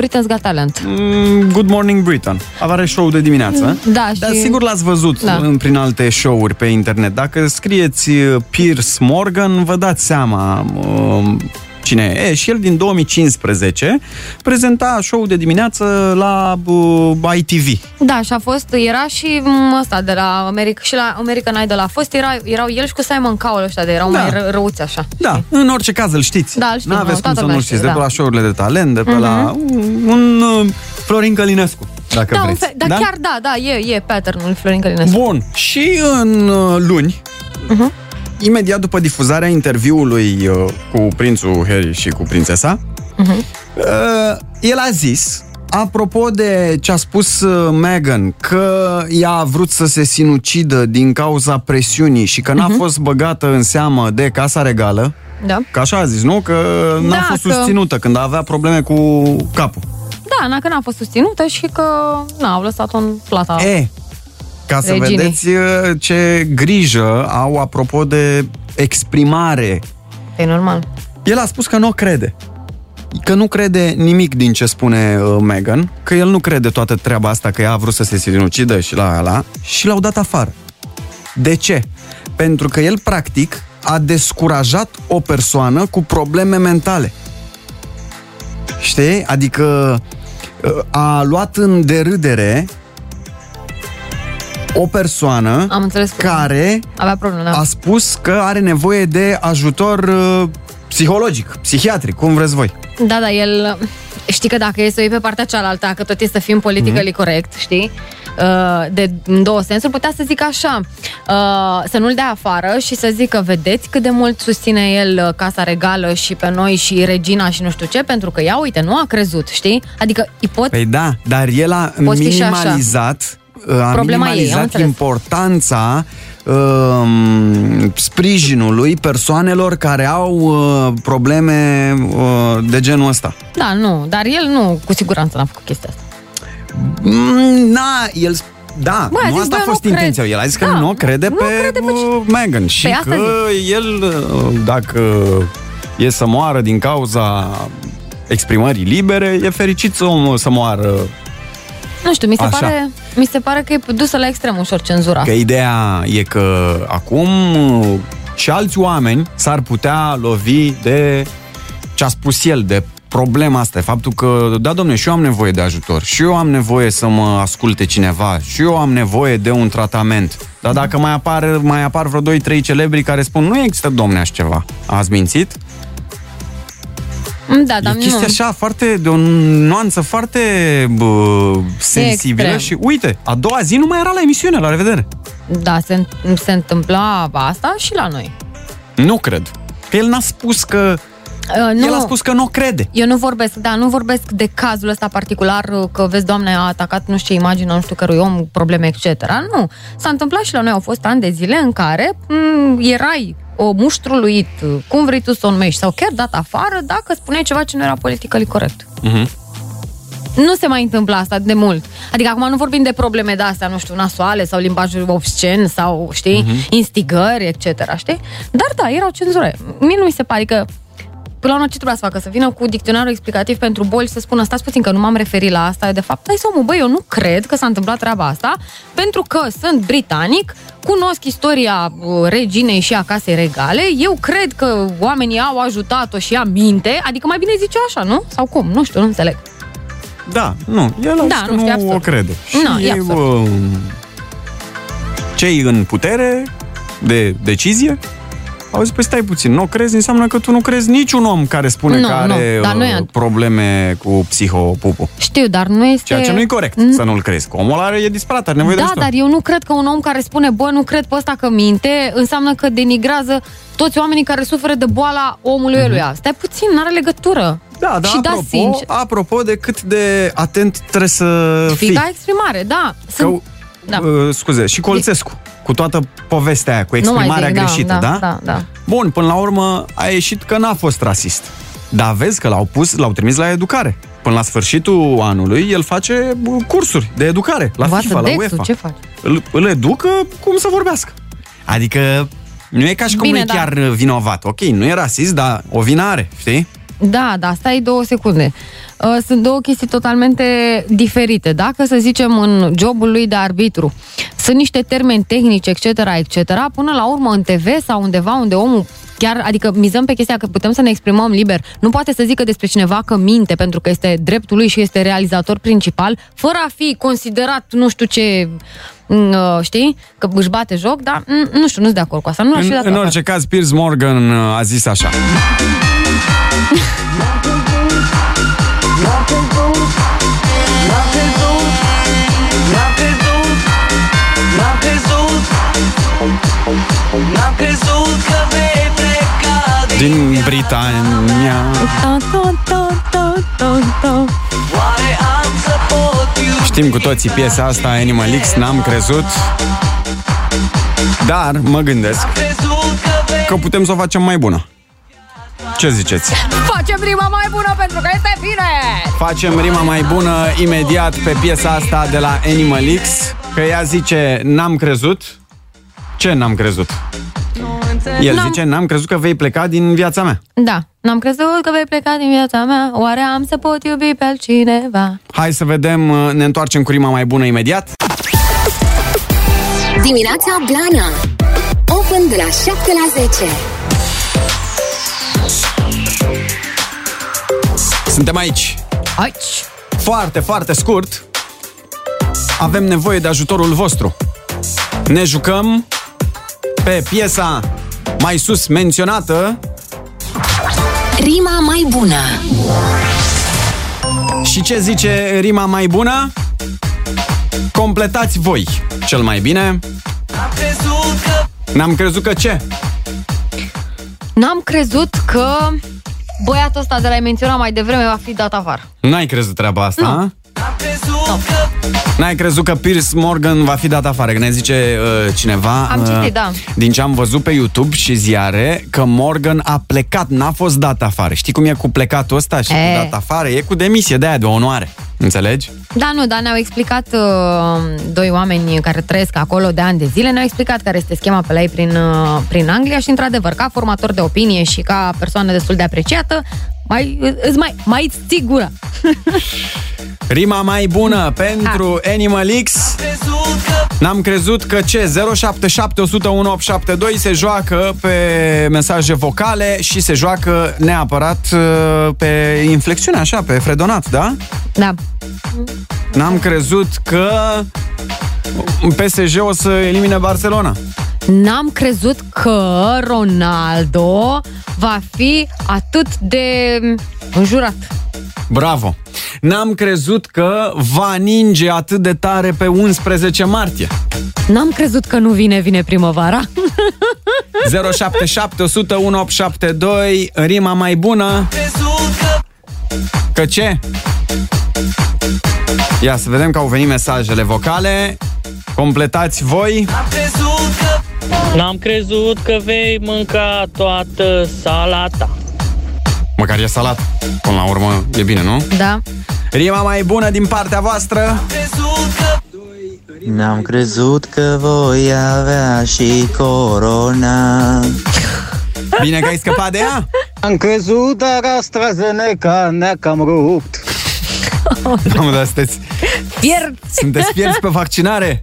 Britain's Got Talent.
Mm, Good Morning Britain. Avea show de dimineață.
Mm, da,
Dar
și-
sigur l-ați văzut
Da.
în, prin alte show-uri pe internet. Dacă scrieți uh, Piers Morgan, vă dați seama uh, cine e. E, Și el din 2015 prezenta show de dimineață la uh, ITV.
Da, și a fost, era și m, ăsta de la America, și la American Idol a fost, era, erau el și cu Simon Cowell ăștia de erau
Da.
mai ră, răuți așa.
Da, în orice caz îl știți.
Da, îl știm,
N-aveți
mă,
cum
toată
să nu
lumea
știți.
știe,
De
da.
pe
Mhm.
la show-urile de talent, de pe la un uh, Florin Călinescu, dacă
da, un
vreți.
fel- da, chiar da, da, e, e patternul Florin Călinescu.
Bun, și în uh, luni,
Mhm.
imediat după difuzarea interviului uh, cu prințul Harry și cu prințesa,
Mhm.
uh, el a zis, apropo de ce a spus uh, Meghan, că ea a vrut să se sinucidă din cauza presiunii și că n-a
Mhm.
fost băgată în seamă de Casa Regală,
Da.
că așa a zis, nu? Că n-a
Da,
fost
că-
susținută când avea probleme cu capul.
Da, na, că n-a fost susținută și că na, au lăsat-o în plata.
E, Ca să
Reginii.
vedeți uh, ce grijă au apropo de exprimare.
E normal.
El a spus că nu o crede. Că nu crede nimic din ce spune uh, Meghan, că el nu crede toată treaba asta, că ea a vrut să se sinucidă și la la și l-au dat afară. De ce? Pentru că el, practic, a descurajat o persoană cu probleme mentale. Știi? Adică uh, a luat în derâdere o persoană
Am înțeles că
care
avea probleme, da.
a spus că are nevoie de ajutor uh, psihologic, psihiatric, cum vreți voi.
Da, da, el... Știi că dacă e să o iei pe partea cealaltă, că tot e să fim politically
Mhm.
mm-hmm. corect, știi? Uh, De în două sensuri, putea să zic așa, uh, să nu-l dea afară și să zică, vedeți cât de mult susține el uh, Casa Regală și pe noi și regina și nu știu ce, pentru că ea, uite, nu a crezut, știi? Adică îi pot...
Păi da, dar el a
Poți fi și așa.
minimalizat, uh, a
Problema ei, am
minimalizat
înțeles.
importanța um, sprijinului persoanelor care au uh, probleme uh, de genul ăsta.
Da, nu, dar el nu, cu siguranță n-a făcut chestia asta.
Mm, Na, el... Da,
Bă, a
nu
zis,
asta
bă,
a fost
nu cred.
intenția. El a zis că
Da,
nu o crede
nu
pe,
crede pe Păi
uh, Meghan și
asta
că el, uh, dacă e să moară din cauza exprimării libere, e fericit să omul să moară.
Nu știu, mi se,
Așa.
pare, mi se pare că e dusă la extrem ușor cenzura.
Că ideea e că acum uh, și alți oameni s-ar putea lovi de ce a spus el, de problema asta, de faptul că, da, domne, și eu am nevoie de ajutor, și eu am nevoie să mă asculte cineva, și eu am nevoie de un tratament. Dar dacă mai apar, mai apar vreo 2-3 celebri care spun, nu există, domne, așa ceva, ați mințit?
Da, dar
e chestia
nu.
așa foarte, de o nuanță foarte bă, sensibilă
Extrem.
și uite, a doua zi nu mai era la emisiune, la revedere.
Da, se, se întâmpla asta și la noi.
Nu cred. Că el n-a spus că...
Uh,
El a spus că nu o crede.
Eu nu vorbesc, da, nu vorbesc de cazul ăsta particular uh, că, vezi, doamne, a atacat nu știu ce imagine, a nu știu cărui om, probleme, etc. Nu. S-a întâmplat și la noi, au fost ani de zile în care m- erai o muștruluit, uh, cum vrei tu să o numești, sau chiar dat afară dacă spuneai ceva ce nu era politically corect.
Mm-hmm.
Nu se mai întâmplă asta de mult. Adică acum nu vorbim de probleme de astea, nu știu, nasoale sau limbajul obscen sau, știi,
Mhm.
uh-huh. instigări, etc., știi? Dar da, erau cenzure. Mie nu mi se pare că Până la urmă, ce trebuia să facă? Să vină cu dicționarul explicativ pentru boli și să spună, stați puțin că nu m-am referit la asta. De fapt, hai să omul, băi, eu nu cred că s-a întâmplat treaba asta, pentru că sunt britanic, cunosc istoria uh, reginei și a casei regale, eu cred că oamenii au ajutat-o și ea minte, adică mai bine zice așa, nu? Sau cum? Nu știu, nu înțeleg.
Da, nu, el a
Da,
zis că
nu știu, e
nu
absurd.
o crede.
Nu, e
ei,
absurd.
bă, cei în putere de decizie au zis, păi stai puțin, nu o crezi înseamnă că tu nu crezi niciun om care spune
Nu,
că are
nu, dar nu e
uh,
ad-
probleme cu psihopupul.
Știu, dar nu este...
Ceea ce nu e corect
N-
să nu-l crezi. Că omul are, e disperat, are nevoie de
Mm. da,
ajutor.
dar eu nu cred că un om care spune, bă, nu cred pe ăsta că minte, înseamnă că denigrează toți oamenii care suferă de boala omului mm-hmm. eluia. Stai puțin, n-are legătură.
Mhm. Da, da,
Și
apropo,
da, sincer.
apropo de cât de atent trebuie să fii.
Fii ca exprimare, da. Sunt... da.
Uh, scuze, și Colțescu, cu toată povestea aia, cu
Nu mai
exprimarea
zic, da,
greșită,
da,
da?
da, da.
Bun, până la urmă a ieșit că n-a fost rasist. Dar vezi că l-au pus, l-au trimis la educare. Până la sfârșitul anului, el face bă, cursuri de educare la
Învață
FIFA, la
textul,
UEFA.
ce faci?
Îl, îl educă cum să vorbească. Adică nu e ca și cum
Bine,
e
da.
chiar vinovat. Ok, nu e rasist, dar o vină are, știi?
Da, da, stai două secunde. Uh, Sunt două chestii totalmente diferite. Dacă, să zicem, în jobul lui de arbitru sunt niște termeni tehnici, etc., etc., până la urmă în TV sau undeva unde omul chiar, adică mizăm pe chestia că putem să ne exprimăm liber. Nu poate să zică despre cineva că minte pentru că este dreptul lui și este realizator principal, fără a fi considerat nu știu ce, m, uh, știi, că își bate joc, dar m, nu știu, nu sunt de acord cu asta. Nu aș fi
În,
dat
în
afară.
orice caz, Piers Morgan uh, a zis așa.
N-am crezut N-am crezut că vei pleca
Din Britania.
Ta, ta, ta, ta, ta, ta.
Oare am să pot iubi
Știm cu toții piesa asta, Animal X, n-am crezut. Dar mă gândesc că putem să o facem mai bună. Ce ziceți?
Facem prima mai bună pentru că este bine!
Facem rima mai bună imediat pe piesa asta de la Animal X, că ea zice n-am crezut. Ce n-am crezut? El
N-am-
zice n-am crezut că vei pleca din viața mea.
Da, n-am crezut că vei pleca din viața mea Oare am să pot iubi pe altcineva?
Hai să vedem, uh, ne întoarcem cu rima mai bună imediat.
Dimineața Blana Open de la 7 la 10
Suntem aici.
Aici.
Foarte, foarte scurt. Avem nevoie de ajutorul vostru. Ne jucăm pe piesa mai sus menționată
Rima mai bună
și ce zice rima mai bună? Completați voi cel mai bine.
N-am crezut că
N-am crezut că ce?
N-am crezut că băiatul ăsta de la ai menționat mai devreme va fi dat afară
N-ai crezut treaba asta, a?
N-am crezut că
N-ai crezut că Piers Morgan va fi dat afară? Că ne zice uh, cineva
Am citit, da.
Din ce am văzut pe YouTube și ziare Că Morgan a plecat, n-a fost dat afară Știi cum e cu plecatul ăsta și
E.
cu dat afară? E cu demisie de aia, de onoare Înțelegi?
Da, nu, dar ne-au explicat uh, doi oameni care trăiesc acolo de ani de zile, ne-au explicat care este schema pe la ei prin, uh, prin Anglia și, într-adevăr, ca formator de opinie și ca persoană destul de apreciată, mai, îți mai, mai îți ții gura.
Rima mai bună pentru Animal X. N-am crezut că ce? 077101872 se joacă pe mesaje vocale și se joacă neapărat uh, pe inflexiune, așa, pe fredonat, da?
Da.
N-am crezut că PSG o să elimine Barcelona.
N-am crezut că Ronaldo va fi atât de înjurat.
Bravo! N-am crezut că va ninge atât de tare pe 11 martie.
N-am crezut că nu vine, vine primăvara.
077 rima mai bună. Că ce? Ia să vedem că au venit mesajele vocale. Completați voi.
N-am crezut că vei mânca toată salata.
Măcar e salat. Până la urmă e bine, nu?
Da.
Rima mai bună din partea voastră.
N-am crezut că voi avea și corona
Bine că ai scăpat de ea
Am crezut, dar AstraZeneca ne-a cam rupt
Mamă, dar sunteți,
Pierd!
sunteți pierzi pe vaccinare?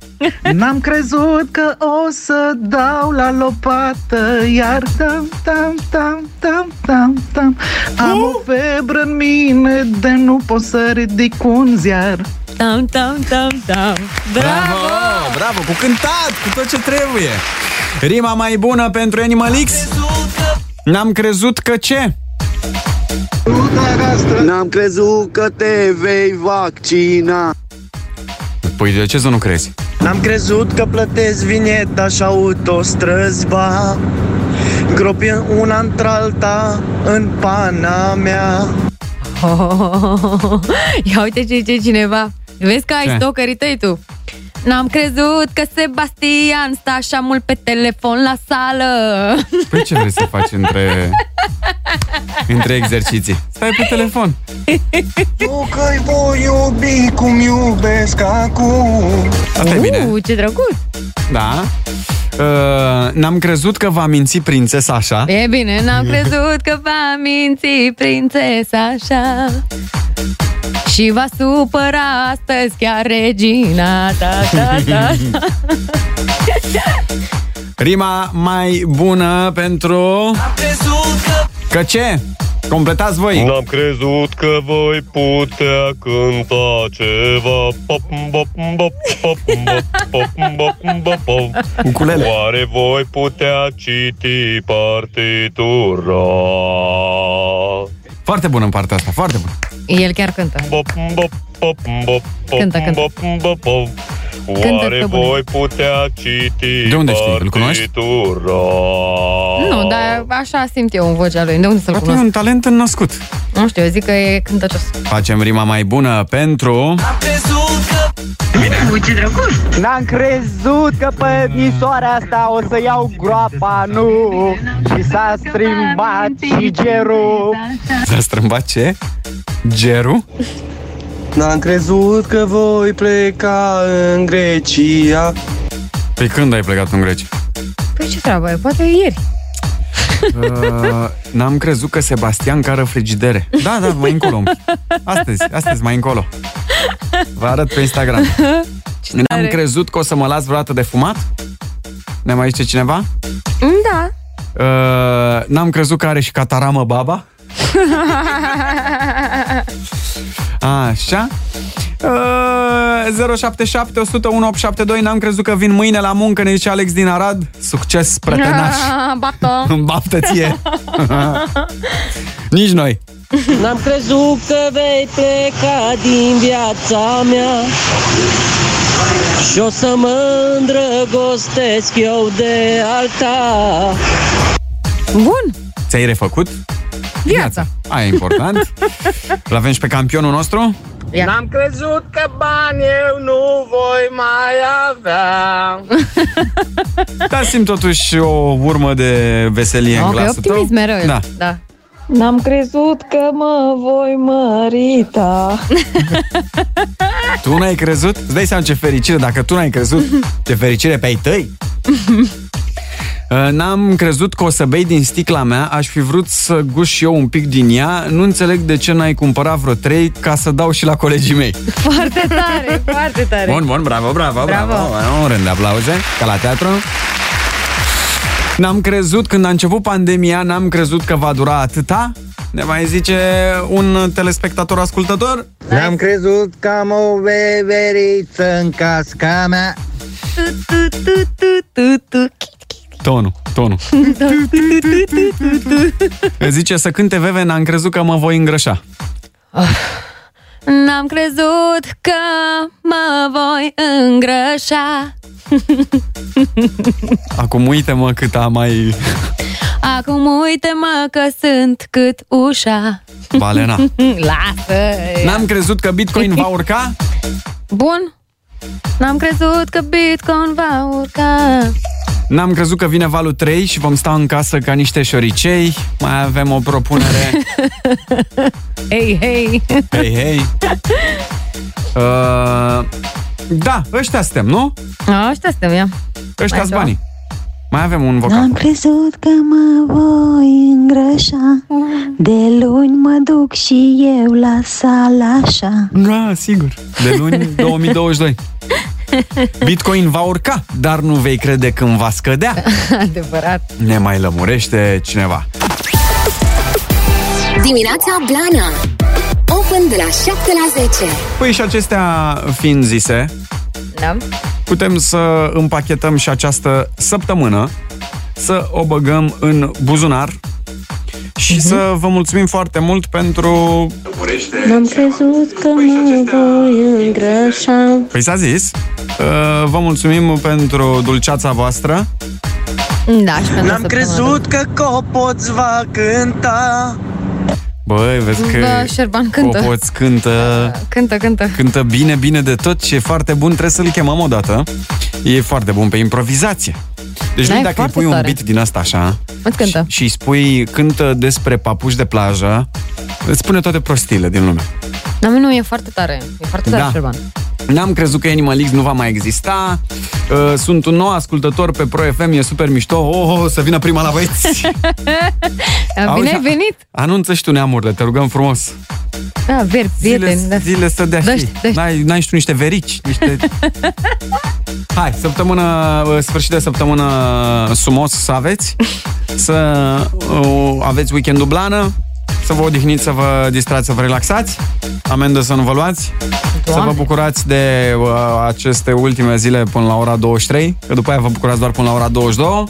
N-am crezut că o să dau la lopată Iar tam, tam, tam, tam, tam, tam Am o febră în mine de nu pot să ridic un ziar
Tam, tam, tam, tam. Bravo!
Bravo, bravo, cu cântat, cu tot ce trebuie Rima mai bună pentru Animal X N-am crezut că ce?
N-am crezut că te vei vaccina
Păi de ce să nu crezi?
N-am crezut că plătesc vineta și autostrăzi, ba Gropi una într alta în pana mea
Ia uite ce zice cineva. Vezi că ai
Ce?
stalkerii tăi tu. N-am crezut că Sebastian sta așa mult pe telefon la sală.
Păi ce vrei să faci între, între exerciții? Stai pe telefon
Tu că-i voi iubi cum iubesc acum
Asta e bine.
Uh, ce drăguț.
Da Uh, n-am crezut că va minți prințesa așa
E bine, n-am crezut că va minți prințesa așa. Și va supăra astăzi chiar regina ta, ta, ta.
Rima mai bună pentru... Că ce? Completați voi
N-am crezut că voi putea cânta ceva pop, pop, pop, pop, pop, pop, pop, pop, pop.
Uculele.
Oare voi putea citi partitura?
Foarte bună în partea asta, foarte bună
El chiar cântă.
Pop, pop, pop,
Cântă, cântă.
pop, pop, pop. Oare
pe bune.
voi putea citi
De unde știi? Îl cunoști?
partitura?
Nu, dar așa simt eu în vocea lui. De unde să-l
E
cunosc?
un talent înnăscut
Nu știu, eu zic că e cântăcios.
Facem rima mai bună pentru...
Uite, drăguț! N-am crezut că pe misoara asta o să iau groapa, nu Și s-a strimbat și gerul
S-a strâmbat ce? Geru?
N-am crezut că voi pleca în Grecia
Păi când ai plecat în Grecia?
Păi ce treabă e? Poate ieri.
Uh, n-am crezut că Sebastian cară frigidere. Da, da, mai încolo. un pic. Astăzi, astăzi mai încolo. Vă arăt pe Instagram. N-am crezut că o să mă las vreodată de fumat? Ne mai zice cineva?
Da.
Uh, n-am crezut că are și cataramă baba. Așa. Uh, 077 101 872 N-am crezut că vin mâine la muncă Ne zice Alex din Arad Succes, pretenaș
Ah, Baptă.
În baftă ție Nici noi
N-am crezut că vei pleca din viața mea Și o să mă îndrăgostesc eu de alta
Bun.
Ți-ai refăcut?
Viața.
Aia e important L-avem și pe campionul nostru
N-am crezut că bani eu nu voi mai avea
Dar simt Da, totuși o urmă de veselie în
Ok,
glasul
optimist
tău
mereu.
Da
da.
N-am crezut că mă voi mărita.
Tu n-ai crezut? Îți dai seama ce fericire, dacă tu n-ai crezut, ce fericire pe ai tăi? Uh, N-am crezut că o să bei din sticla mea, aș fi vrut să gust și eu un pic din ea, nu înțeleg de ce n-ai cumpărat vreo trei ca să dau și la colegii mei.
Foarte tare, foarte tare.
Bun, bun, bravo, bravo, bravo.
Bravo.
bravo. Un rând de aplauze, ca la teatru. N-am crezut, când a început pandemia, n-am crezut că va dura atâta. Ne mai zice un telespectator ascultător?
N-am crezut că am o beberiță în casca mea
Tonul, tonul. Zice să cânte Veve, n-am crezut că mă voi îngrășa.
N-am crezut că mă voi îngrășa.
Acum uite-mă cât a mai...
Acum uite-mă că sunt cât ușa.
Valena.
Lasă!
N-am crezut că Bitcoin va urca?
Bun. N-am crezut că Bitcoin va urca.
N-am crezut că vine valul 3 și vom sta în casă ca niște șoricei. Mai avem o propunere.
Hei, hei!
Hei, hei! Uh, da, ăștia suntem, nu?
Așa suntem, ia.
Ăștia
Mai
sunt
ceva?
banii. Mai avem un vocal.
N-am crezut că mă voi îngrășa De luni mă duc și eu la sala așa
Da, sigur. De luni 2022. Bitcoin va urca, dar nu vei crede când va scădea.
Adevărat.
Ne mai lămurește cineva.
Dimineața Blana Open de la 7 la 10
Păi și acestea fiind zise,
Da?
putem să împachetăm și această săptămână, să o băgăm în buzunar și
Mhm.
să vă mulțumim foarte mult pentru...
N-am crezut că mă voi îngrășa
Păi s-a zis. Uh, Vă mulțumim pentru dulceața voastră.
Da, și pentru
N-am crezut că copoți va cânta
Băi, vezi că
Da, Șerban cântă.
Popoți cântă...
Cântă, cântă.
Cântă bine, bine de tot și e foarte bun, trebuie să-l chemăm odată. E foarte bun pe improvizație. Deci
Da,
nu
e
dacă îi
foarte
pui un
tare.
beat din asta așa
Îți cântă.
și îi spui cântă despre papuși de plajă, îți spune toate prostiile din lume.
Da, mă, nu, e foarte tare. E foarte tare,
Da.
Șerban.
N-am crezut că Animal X nu va mai exista. Uh, Sunt un nou ascultător pe Pro FM, e super mișto. Oh, oh să vină prima la băieți. Auzi,
Bine ai venit?
Anunță și tu neamurile, te rugăm frumos.
Da, veri, prieteni. Da.
Zile să dea
Dă-și,
și. N-ai, n-ai și tu niște verici, niște... Hai, săptămână, uh, sfârșit de săptămână sumos să aveți, să uh, aveți weekendul blană, să vă odihniți, să vă distrați, să vă relaxați, amendă să nu vă luați, să vă bucurați de uh, aceste ultime zile până la ora 23, că după aia vă bucurați doar până la ora 22.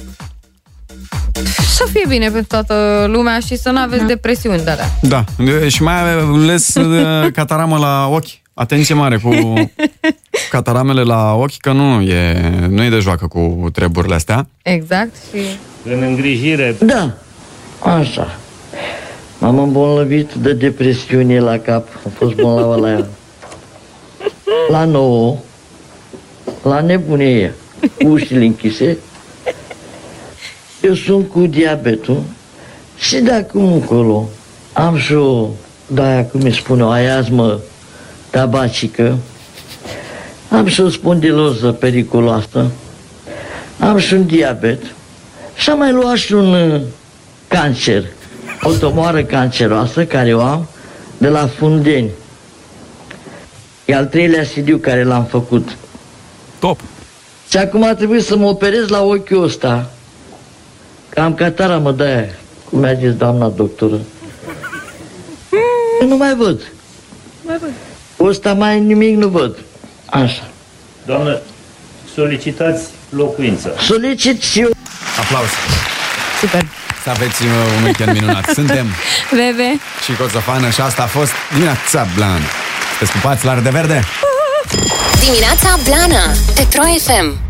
Să fie bine pentru toată lumea și să nu aveți depresiuni de alea.
Da, și mai ales uh, cataramă la ochi. Atenție mare cu cataramele la ochi, că nu e, nu e de joacă cu treburile astea.
Exact. Și...
În îngrijire.
Da. Așa. M-am îmbolnăvit de depresiune la cap. Am fost bolnavă la ea. La nouă, la nebunie, cu ușile închise. Eu sunt cu diabetul și de acum încolo am și o, da, aia cum îi spune, o aiazmă tabacică. Am și o spondiloză periculoasă. Am și un diabet. Și am mai luat și un uh, cancer, o tomoară canceroasă care o am de la Fundeni. E al treilea cd care l-am făcut.
Top!
Și acum a trebuit să mă operez la ochiul ăsta. Că am catara mă de aia, cum mi-a zis doamna doctoră. Eu nu mai văd. Cu Ăsta mai nimic nu văd. Așa.
Doamnă, solicitați locuință.
Solicit și eu.
Aplauz!
Super!
Să aveți uh, un weekend minunat. Suntem
Bebe!
și Coțofană și asta a fost dimineața blan. Te scupați la de verde?
Dimineața Blana Pe Pro FM